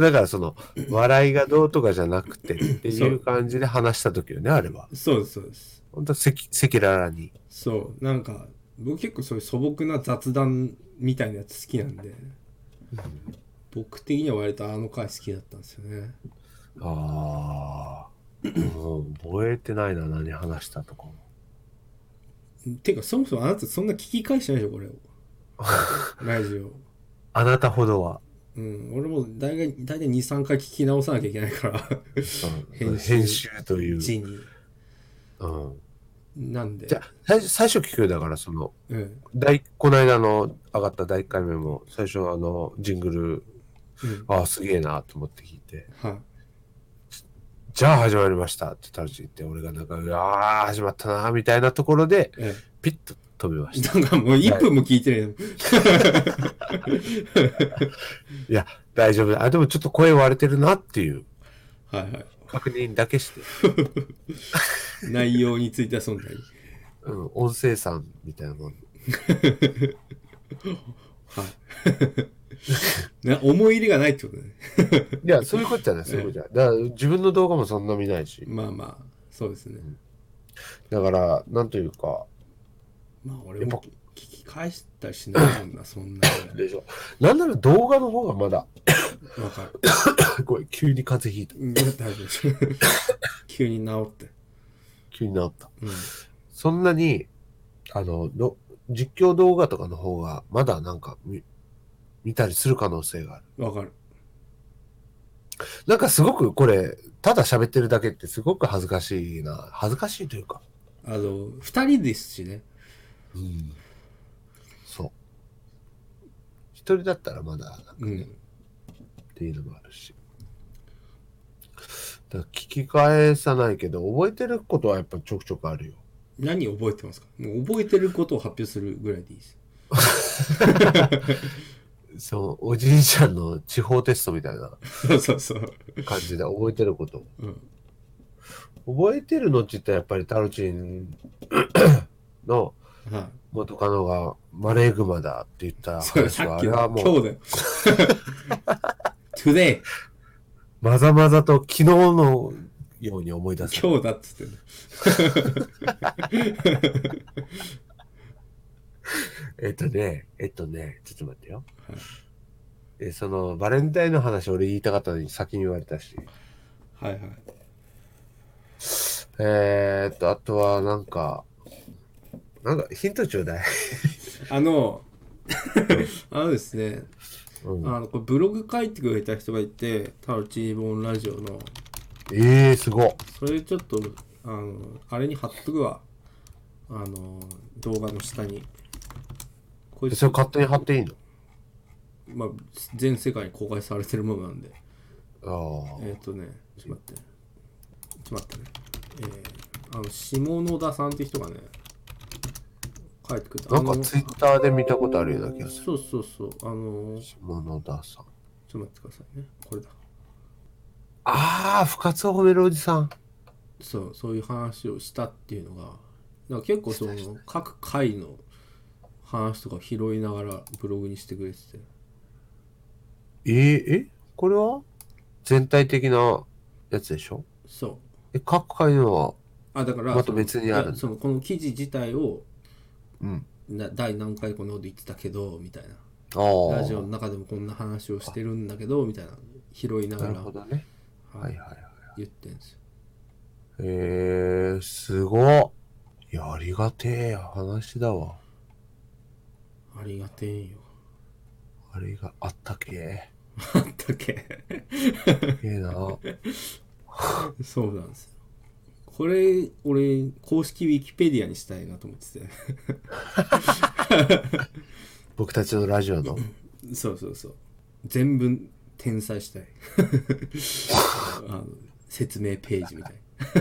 [SPEAKER 5] だからその、笑いがどうとかじゃなくてっていう感じで話した時よね、あれは。
[SPEAKER 4] そうですそうです
[SPEAKER 5] ほんと、赤裸々に。
[SPEAKER 4] そうなんか僕結構そういう素朴な雑談みたいなやつ好きなんで、僕的には割とあの回好きだったんですよね
[SPEAKER 5] ああ。もう覚えてないな、何話したとかも。
[SPEAKER 4] てかそもそもあなたそんな聞き返してないでしょこれ
[SPEAKER 5] <laughs>
[SPEAKER 4] をラジオ
[SPEAKER 5] あなたほどは、
[SPEAKER 4] うん、俺も大概大体23回聞き直さなきゃいけないから
[SPEAKER 5] うん
[SPEAKER 4] 編集
[SPEAKER 5] 編集という。
[SPEAKER 4] 字に
[SPEAKER 5] うん、
[SPEAKER 4] なんで
[SPEAKER 5] じゃあ、最初最初聞くよだから、その、
[SPEAKER 4] うん
[SPEAKER 5] 第この間の上がった第1回目も、最初のあの、ジングル、
[SPEAKER 4] うん
[SPEAKER 5] ああ、すげえなと思って聞いて。
[SPEAKER 4] はい
[SPEAKER 5] じゃあ始まりましたってタルチ言って、俺がなんか、うわー、始まったなーみたいなところで、
[SPEAKER 4] え
[SPEAKER 5] ピッと飛びま
[SPEAKER 4] え
[SPEAKER 5] した。
[SPEAKER 4] なんかもう1分も聞いてない、
[SPEAKER 5] いや、大丈夫だ。あ、でもちょっと声割れてるなっていう
[SPEAKER 4] はいはい
[SPEAKER 5] 確認だけして、
[SPEAKER 4] 内容についてはそんなに
[SPEAKER 5] うん、音声さんみたいなもん。
[SPEAKER 4] な思い入れがないってことね
[SPEAKER 5] いや、そういうことじゃない、そういうことじゃない。だから自分の動画もそんな見ないし。
[SPEAKER 4] まあまあそうですね
[SPEAKER 5] だから、なんというか、
[SPEAKER 4] まあ俺も聞き返したりしないもんなそんな
[SPEAKER 5] でしょ。なんなら動画の方がまだ、 <laughs>
[SPEAKER 4] わかる
[SPEAKER 5] ごめん、急に風邪ひいた。
[SPEAKER 4] うん大丈夫です急に治って
[SPEAKER 5] 急に治った。
[SPEAKER 4] うん
[SPEAKER 5] そんなに、あの、ど実況動画とかの方が、まだなんか見、見たりする可能性がある。
[SPEAKER 4] わかる
[SPEAKER 5] なんかすごくこれ、ただ喋ってるだけってすごく恥ずかしいな。恥ずかしいというか。
[SPEAKER 4] あの、二人ですしね。
[SPEAKER 5] うん。そう。一人だったらまだ、なんか
[SPEAKER 4] う
[SPEAKER 5] ね、
[SPEAKER 4] ん。
[SPEAKER 5] っていうのもあるし。だから聞き返さないけど、覚えてることはやっぱちょくちょくあるよ。
[SPEAKER 4] 何覚えてますかもう覚えてることを発表するぐらいでいいです。
[SPEAKER 5] そう、おじいちゃんの地方テストみたいな
[SPEAKER 4] そうそうそう。
[SPEAKER 5] 感じで覚えてること。
[SPEAKER 4] うん。
[SPEAKER 5] 覚えてるのって言ったらやっぱりタロチン <clears throat> の
[SPEAKER 4] は
[SPEAKER 5] 元カノがマレーグマだって言った
[SPEAKER 4] い。それ
[SPEAKER 5] 話
[SPEAKER 4] さ
[SPEAKER 5] は、
[SPEAKER 4] っ
[SPEAKER 5] あ
[SPEAKER 4] き
[SPEAKER 5] れ
[SPEAKER 4] の
[SPEAKER 5] は
[SPEAKER 4] 今
[SPEAKER 5] も
[SPEAKER 4] 日
[SPEAKER 5] う、
[SPEAKER 4] だよ。today,
[SPEAKER 5] まざまざと昨日のように思い出す。
[SPEAKER 4] 今日だっつってんの
[SPEAKER 5] えっとね、えっとね、ちょっと待ってよ。
[SPEAKER 4] はい
[SPEAKER 5] えそのバレンタインの話俺言いたかったのに先に言われたし。
[SPEAKER 4] はいはい。
[SPEAKER 5] えー、っと、あとはなんか、なんかヒントちょうだい。
[SPEAKER 4] あの、 <laughs> あのですね、
[SPEAKER 5] うん
[SPEAKER 4] あの、これブログ書いてくれた人がいて、タロチーボンラジオの、
[SPEAKER 5] ええー、すごっ。
[SPEAKER 4] それちょっと、あの、あれに貼っとくわ。あの、動画の下に。こい
[SPEAKER 5] え
[SPEAKER 4] つ
[SPEAKER 5] それ、勝手に貼っていいの
[SPEAKER 4] まあ、全世界に公開されてるものなんで。
[SPEAKER 5] ああ、
[SPEAKER 4] えっ、とね、ちょっと待って。ちょっと待ってね。えー、あの、下野田さんって人がね、書いてくれた。
[SPEAKER 5] なん
[SPEAKER 4] あ
[SPEAKER 5] か
[SPEAKER 4] の
[SPEAKER 5] ツイッターで見たことあるような気がする。
[SPEAKER 4] そうそうそう。あのー、ち
[SPEAKER 5] 下野田さ
[SPEAKER 4] ょ
[SPEAKER 5] ん。
[SPEAKER 4] っと待ってくださいね。これだ。
[SPEAKER 5] ああ、深津を褒めるおじさん。
[SPEAKER 4] そう、そういう話をしたっていうのが、なんか結構その、各回の話とか拾いながらブログにしてくれてて。
[SPEAKER 5] えー、えこれは全体的なやつでしょ
[SPEAKER 4] そう。
[SPEAKER 5] え、各回のは、
[SPEAKER 4] あ、だから、
[SPEAKER 5] また別にあるんだ
[SPEAKER 4] そのいやそのこの記事自体を、
[SPEAKER 5] うん。
[SPEAKER 4] な第何回このこと言ってたけど、みたいな。
[SPEAKER 5] ああ、
[SPEAKER 4] ラジオの中でもこんな話をしてるんだけどみたいな拾いなが
[SPEAKER 5] なる
[SPEAKER 4] ら
[SPEAKER 5] ほどね。はいはいはい。
[SPEAKER 4] 言ってんですよ。
[SPEAKER 5] えー、すごっ。いや、ありがてえ話だわ。
[SPEAKER 4] ありがてえよ。
[SPEAKER 5] あれがあったけ
[SPEAKER 4] あったっけ <laughs>
[SPEAKER 5] え。ええ <laughs> な。
[SPEAKER 4] そうなんですよ。これ俺公式ウィキペディアにしたいなと思ってて。
[SPEAKER 5] 僕たちのラジオの。
[SPEAKER 4] そうそうそう。全文転載したい。 <laughs> あの説明ページみたい。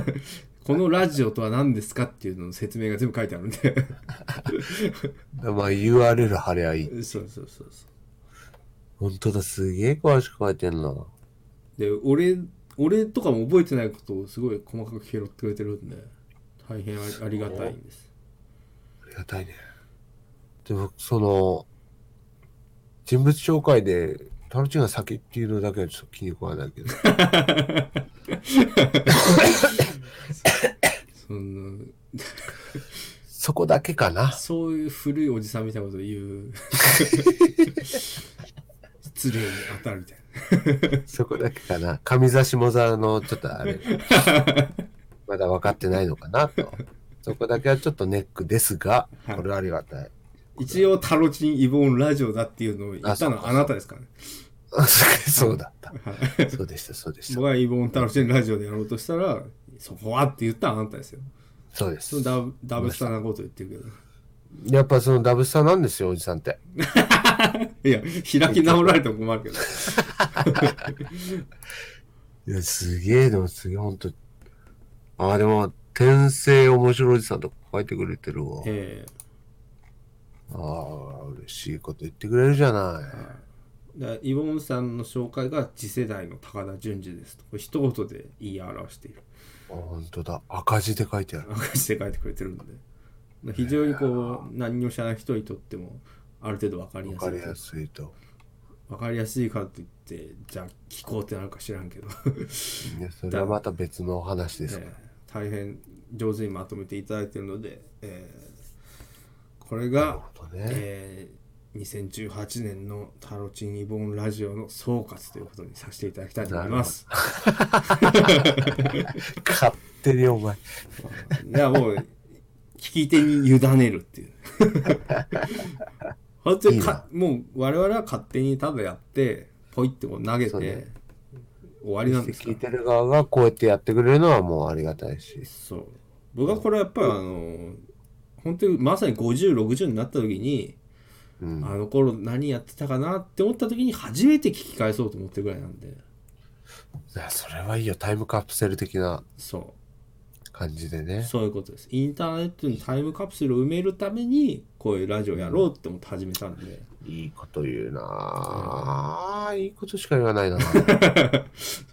[SPEAKER 4] <laughs> このラジオとは何ですかっていうのの説明が全部書いてあるんで。 <laughs>
[SPEAKER 5] まあ URL 貼りゃいい。
[SPEAKER 4] そうそうそうそう。
[SPEAKER 5] ほんとだ、すげえ詳しく書いてんな。
[SPEAKER 4] で俺俺とかも覚えてないことをすごい細かく拾ってくれてるんで大変ありありがたいんです
[SPEAKER 5] ありがたいね。でも、その、人物紹介で、タロチンが先っていうのだけはちょっと気に食わな
[SPEAKER 4] <laughs>
[SPEAKER 5] いけど。
[SPEAKER 4] その
[SPEAKER 5] そこだけか
[SPEAKER 4] <laughs>
[SPEAKER 5] な。
[SPEAKER 4] そういう古いおじさんみたいなこと言う <laughs> 失礼に当たるみたい
[SPEAKER 5] そこだけかな。上座下座の、ちょっ
[SPEAKER 4] <laughs>
[SPEAKER 5] とあれ。まだ分かってないのかなと。そこだけはちょっとネックですが、
[SPEAKER 4] はい
[SPEAKER 5] これはありがたい。 <laughs>
[SPEAKER 4] な一応タロチンイボンラジオだっていうのを言ったのはあなたですからね
[SPEAKER 5] そうだった。
[SPEAKER 4] はい
[SPEAKER 5] そうでした、そうでした
[SPEAKER 4] 僕。がイボンタロチンラジオでやろうとしたらそこはって言ったのはあなたですよ
[SPEAKER 5] そうです
[SPEAKER 4] その。ダブダブスターなこと言ってるけど
[SPEAKER 5] やっぱそのダブスターなんですよ、おじさんって。
[SPEAKER 4] いや開き直られても困るけど
[SPEAKER 5] いや、すげえ、でもすげえ、ほんと。ああ、でも、転生面白いおじさんとか書いてくれてるわ。
[SPEAKER 4] ええ
[SPEAKER 5] ああ、嬉しいこと言ってくれるじゃない。
[SPEAKER 4] だからイボンさんの紹介が次世代の高田純次ですとこれ一言で言い表している
[SPEAKER 5] あほんとだ。赤字で書いてある。
[SPEAKER 4] 赤字で書いてくれてるんで非常にこう何を知らない人にとってもある程度分かりや
[SPEAKER 5] わ
[SPEAKER 4] す
[SPEAKER 5] か
[SPEAKER 4] い
[SPEAKER 5] りやすいと。
[SPEAKER 4] 分かりやすいからといってじゃあ聞こうってなるか知らんけど、
[SPEAKER 5] いや、それはまた別のお話ですから
[SPEAKER 4] え。ー大変上手にまとめていただいてるので、えーこれが、
[SPEAKER 5] ほんとね。
[SPEAKER 4] えー2018年のタロチンイボンラジオの総括ということにさせていただきたいと思います。
[SPEAKER 5] 勝手にお前。
[SPEAKER 4] いやもう聞き手に委ねるっていう <laughs> 本当にかもう我々は勝手にただやってポイってこう投げ
[SPEAKER 5] そう
[SPEAKER 4] て
[SPEAKER 5] ね
[SPEAKER 4] 終わりなんですか
[SPEAKER 5] 聞いてる側がこうやってやってくれるのはもうありがたいし。
[SPEAKER 4] そう僕はこれやっぱりあの本当にまさに5060になった時に
[SPEAKER 5] うん。
[SPEAKER 4] あの頃何やってたかなって思った時に初めて聞き返そうと思ってるぐらいなんで
[SPEAKER 5] いやそれはいいよ。タイムカプセル的な
[SPEAKER 4] そ
[SPEAKER 5] 感じで
[SPEAKER 4] う
[SPEAKER 5] ね。
[SPEAKER 4] そういうことですインターネットにタイムカプセルを埋めるためにこういうラジオやろうって思って始めたんで、
[SPEAKER 5] いいこと言うなぁ。いいことしか言わないな
[SPEAKER 4] そ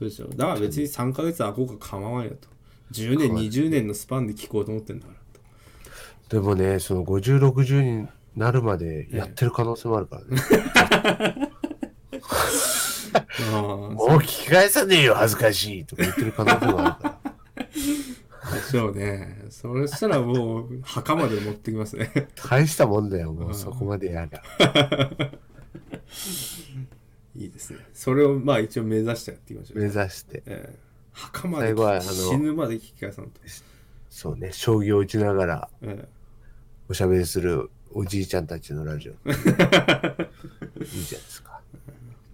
[SPEAKER 4] うですよだから別に3ヶ月あこうか構わんやと10年20年のスパンで聞こうと思ってんだからと
[SPEAKER 5] でもね、その50、60になるまでやってる可能性もあるか
[SPEAKER 4] <laughs>
[SPEAKER 5] らね。
[SPEAKER 4] あ
[SPEAKER 5] もう聞き返さねえよ、恥ずかしいとか言ってる可能性もあるから。
[SPEAKER 4] <laughs> あでしょうねそれしたらもう墓まで持ってきます
[SPEAKER 5] <laughs>
[SPEAKER 4] ね
[SPEAKER 5] 大したもんだよ、もうそこまでやる。
[SPEAKER 4] いいですねそれをまあ一応目指してやっていきましょう、
[SPEAKER 5] 目指して。
[SPEAKER 4] ええ墓まで
[SPEAKER 5] 最後はあの
[SPEAKER 4] 死ぬまで聞き返さんと、
[SPEAKER 5] そうね、将棋を打ちながら
[SPEAKER 4] ええ
[SPEAKER 5] おしゃべりするおじいちゃんたちのラジオ。い
[SPEAKER 4] <laughs>
[SPEAKER 5] いじゃないですか。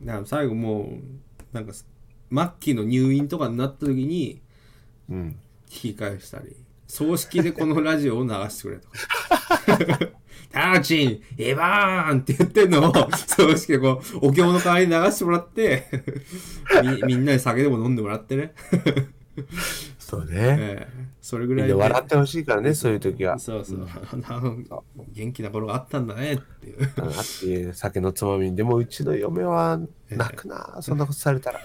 [SPEAKER 4] なんか最後もうなんか末期の入院とかになった時に
[SPEAKER 5] うん。
[SPEAKER 4] 聞き返したり葬式でこのラジオを流してくれとか「タロチンエヴァーン!」って言ってんのを葬式でこうお経の代わりに流してもらってみみんなに酒でも飲んでもらってね、
[SPEAKER 5] そうね。
[SPEAKER 4] ええそれぐ
[SPEAKER 5] み
[SPEAKER 4] らい
[SPEAKER 5] ん
[SPEAKER 4] で
[SPEAKER 5] な笑ってほしいからね、そういう時は。
[SPEAKER 4] そうそうあの元気な頃があったんだねっていう
[SPEAKER 5] あっていう酒のつまみに。でもうちの嫁は泣くな、そんなことされたら。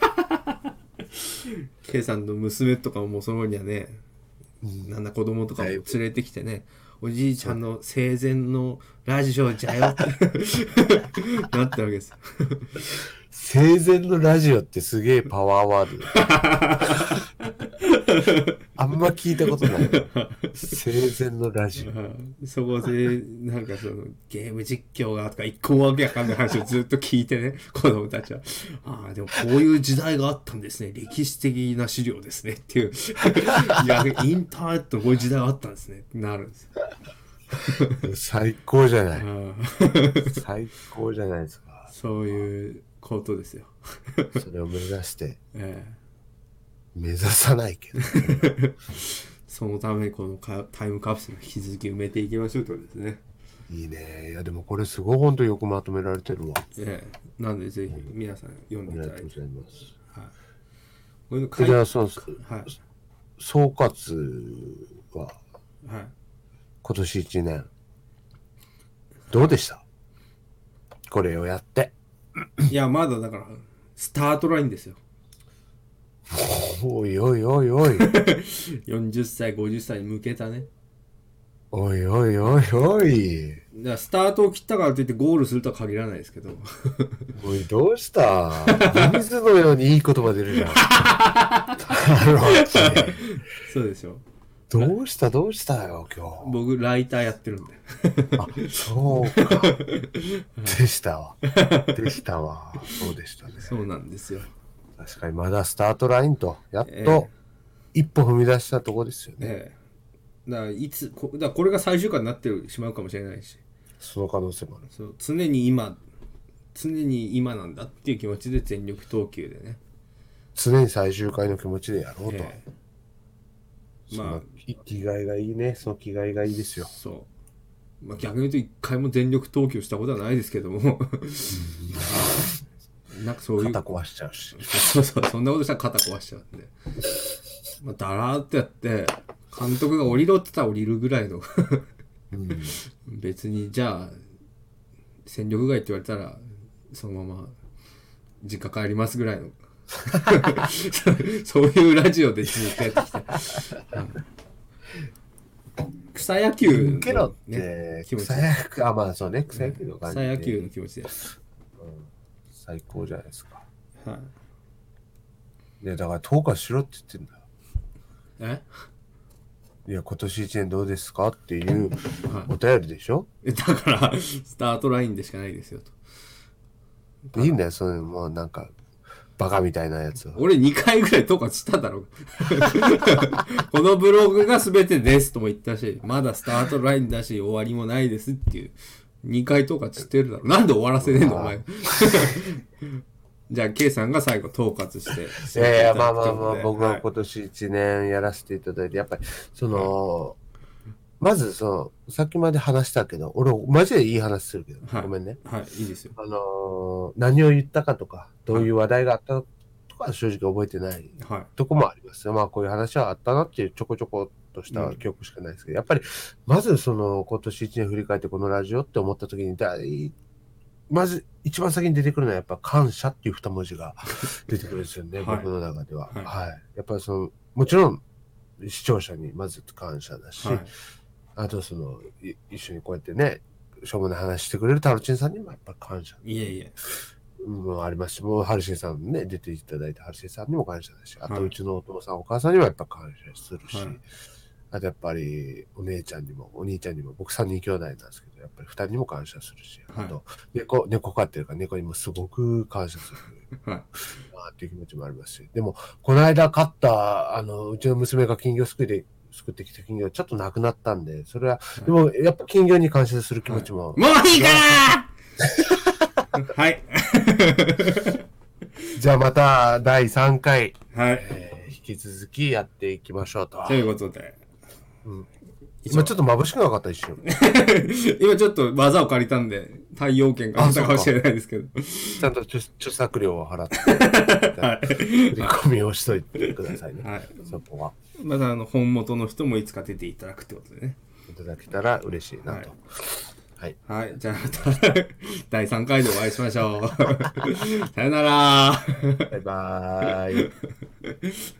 [SPEAKER 4] K さんの娘とかももうその頃にはね、なんだ子供とかも連れてきてね、おじいちゃんの生前のラジオじゃよって <laughs> なったわけですよ。
[SPEAKER 5] 生前のラジオってすげえパワーワードだ。あんま聞いたことない。生前のラジオ。
[SPEAKER 4] そこで、なんかそのゲーム実況がとか一個もわけわかんない話をずっと聞いてね、 <laughs> 子供たちは。ああ、でもこういう時代があったんですね。歴史的な資料ですね。って <laughs> いう。いや、インターネットのこういう時代があったんですね。なるんですよ。
[SPEAKER 5] 最高じゃな
[SPEAKER 4] う
[SPEAKER 5] い。
[SPEAKER 4] ん
[SPEAKER 5] 最高じゃないですか。
[SPEAKER 4] そういうことですよ。
[SPEAKER 5] それを目指して、
[SPEAKER 4] ええ
[SPEAKER 5] 目指さないけど。
[SPEAKER 4] <laughs> そのためこのかタイムカプセルを引き続き埋めていきましょうってことですね。
[SPEAKER 5] いいね。いや、でもこれすごい本当よくまとめられてるわ。
[SPEAKER 4] ええ、なんでぜひ皆さん読んで
[SPEAKER 5] あり
[SPEAKER 4] い
[SPEAKER 5] が
[SPEAKER 4] た
[SPEAKER 5] と
[SPEAKER 4] だいう
[SPEAKER 5] ご
[SPEAKER 4] て。
[SPEAKER 5] ざいます。
[SPEAKER 4] こういうの書い
[SPEAKER 5] じ
[SPEAKER 4] て、
[SPEAKER 5] ゃ
[SPEAKER 4] は
[SPEAKER 5] あ、そうです。
[SPEAKER 4] い、
[SPEAKER 5] 総括は、
[SPEAKER 4] はい。
[SPEAKER 5] 今年一年、どうでしたこれをやって。
[SPEAKER 4] いや、まだだから、スタートラインですよ。
[SPEAKER 5] おいおいおいおい。
[SPEAKER 4] 40歳、50歳に向けたね。
[SPEAKER 5] おいおいおいおい。
[SPEAKER 4] だからスタートを切ったからといってゴールするとは限らないですけど。 <laughs>
[SPEAKER 5] おい、どうした水のようにいい言葉出るじゃん。太郎ちゃん
[SPEAKER 4] そうですよ。
[SPEAKER 5] どうしたどうしたよ、今
[SPEAKER 4] 僕、ライターやってるんで。
[SPEAKER 5] 日。そうか。でしたわ。でしたわ。そうでしたね。
[SPEAKER 4] そうなんですよ。
[SPEAKER 5] 確かにまだスタートラインと、やっ
[SPEAKER 4] え
[SPEAKER 5] と一歩踏み出したとこですよね。
[SPEAKER 4] ええ。だから、いつ、こだからこれが最終回になってしまうかもしれないし。
[SPEAKER 5] その可能性もある。
[SPEAKER 4] そう常に今常に今なんだっていう気持ちで全力投球でね、
[SPEAKER 5] 常に最終回の気持ちでやろうと。
[SPEAKER 4] ええ
[SPEAKER 5] そ
[SPEAKER 4] ま
[SPEAKER 5] の
[SPEAKER 4] あ
[SPEAKER 5] 気概がいいね。その気概がいいですよ。
[SPEAKER 4] そう、まあ、逆に言うと一回も全力投球したことはないですけ <laughs> どもなんかそういう
[SPEAKER 5] 肩壊しちゃうし。
[SPEAKER 4] <laughs> そうそうそんなことしたら肩壊しちゃうんで、まあ、だらーってやって監督が降りろって言ったら降りるぐらいの
[SPEAKER 5] うん
[SPEAKER 4] 別にじゃあ戦力外って言われたらそのまま実家帰りますぐらいの <laughs> そういうラジオでずっとやってきて草野球
[SPEAKER 5] ケロ
[SPEAKER 4] の
[SPEAKER 5] っ、
[SPEAKER 4] ね、
[SPEAKER 5] て、
[SPEAKER 4] 気持ち
[SPEAKER 5] 草野球、あ、まあそうね、草野球の感じ
[SPEAKER 4] 草
[SPEAKER 5] で、
[SPEAKER 4] 野球の気持ちで、
[SPEAKER 5] 最高じゃないですか。
[SPEAKER 4] はい、
[SPEAKER 5] いや、だから10日しろって言ってんだよ。
[SPEAKER 4] え <laughs>
[SPEAKER 5] いや、今年1年どうですかっていう
[SPEAKER 4] は
[SPEAKER 5] お便りでしょ、
[SPEAKER 4] だからスタートラインでしかないですよと
[SPEAKER 5] い、いんだよ、そういう、もうなんか、バカみたいなやつは。
[SPEAKER 4] 俺2回ぐらい統括しただろうこのブログが全てですとも言ったしまだスタートラインだし終わりもないですっていう2回統括してるだろなんで終わらせねえのお前じゃあ、K さんが最後統括して。
[SPEAKER 5] いやいや、まあまあまあ、
[SPEAKER 4] ということ
[SPEAKER 5] 僕
[SPEAKER 4] で
[SPEAKER 5] が
[SPEAKER 4] い
[SPEAKER 5] 今年1年やらせていただいて、やっぱり、その、まず、その、さっきまで話したけど、俺、マジでいい話するけど、
[SPEAKER 4] はい
[SPEAKER 5] ごめんね。
[SPEAKER 4] はい、いいですよ。
[SPEAKER 5] あのー何を言ったかとか、どういう話題があったとかは正直覚えてない
[SPEAKER 4] は
[SPEAKER 5] とこもありますよ。まあ、こういう話はあったなっていう、ちょこちょことした記憶しかないですけど、やっぱり、まず、その、今年1年振り返って、このラジオって思った時に、だいまず、一番先に出てくるのは、やっぱ、感謝っていう二文
[SPEAKER 4] <laughs>
[SPEAKER 5] 字が出てくるんですよね、
[SPEAKER 4] はい
[SPEAKER 5] 僕の中では。
[SPEAKER 4] は
[SPEAKER 5] はいい。やっぱり、その、もちろん、視聴者にまず感謝だし、
[SPEAKER 4] い。はい。
[SPEAKER 5] あと、その、い一緒にこうやってね、しょうもない話してくれるタロチンさんにもやっぱ感謝
[SPEAKER 4] いえいえ。
[SPEAKER 5] もありますし、もう、ハルシンさんね、出ていただいたハルシンさんにも感謝だし、あ
[SPEAKER 4] はい
[SPEAKER 5] と、うちのお父さん、お母さんにもやっぱ感謝するし、
[SPEAKER 4] はい
[SPEAKER 5] あと、やっぱり、お姉ちゃんにも、お兄ちゃんにも、僕3人兄弟なんですけど、やっぱり2人にも感謝するし、
[SPEAKER 4] はい
[SPEAKER 5] あと、猫、猫飼ってるから、猫にもすごく感謝する
[SPEAKER 4] <laughs> はい。
[SPEAKER 5] なっていう気持ちもありますし、でも、この間飼った、あの、うちの娘が金魚すくいで、作ってきた金魚、ちょっとなくなったんで、それは、でも、やっぱ金魚に感謝する気持ち
[SPEAKER 4] も
[SPEAKER 5] も、
[SPEAKER 4] ういいかなはい。
[SPEAKER 5] じゃあまた、第3回。
[SPEAKER 4] はい。
[SPEAKER 5] えー引き続きやっていきましょうと。
[SPEAKER 4] ということで。以上
[SPEAKER 5] 今ちょっと眩しくなかった
[SPEAKER 4] <laughs>
[SPEAKER 5] 一瞬。
[SPEAKER 4] 今ちょっと技を借りたんで、太陽圏があったかもしれないですけど。
[SPEAKER 5] ちゃんと著著作料を払って、
[SPEAKER 4] <laughs> は
[SPEAKER 5] 振り込みをしといてください
[SPEAKER 4] い。
[SPEAKER 5] ね。
[SPEAKER 4] はい。
[SPEAKER 5] そこは
[SPEAKER 4] またあの、本元の人もいつか出ていただくってことでね。
[SPEAKER 5] いただけたら嬉しいなと。はい。
[SPEAKER 4] はい。じゃあまた、 <laughs> 第3回でお会いし <laughs> ましょう。さよなら。
[SPEAKER 5] バイバーイ。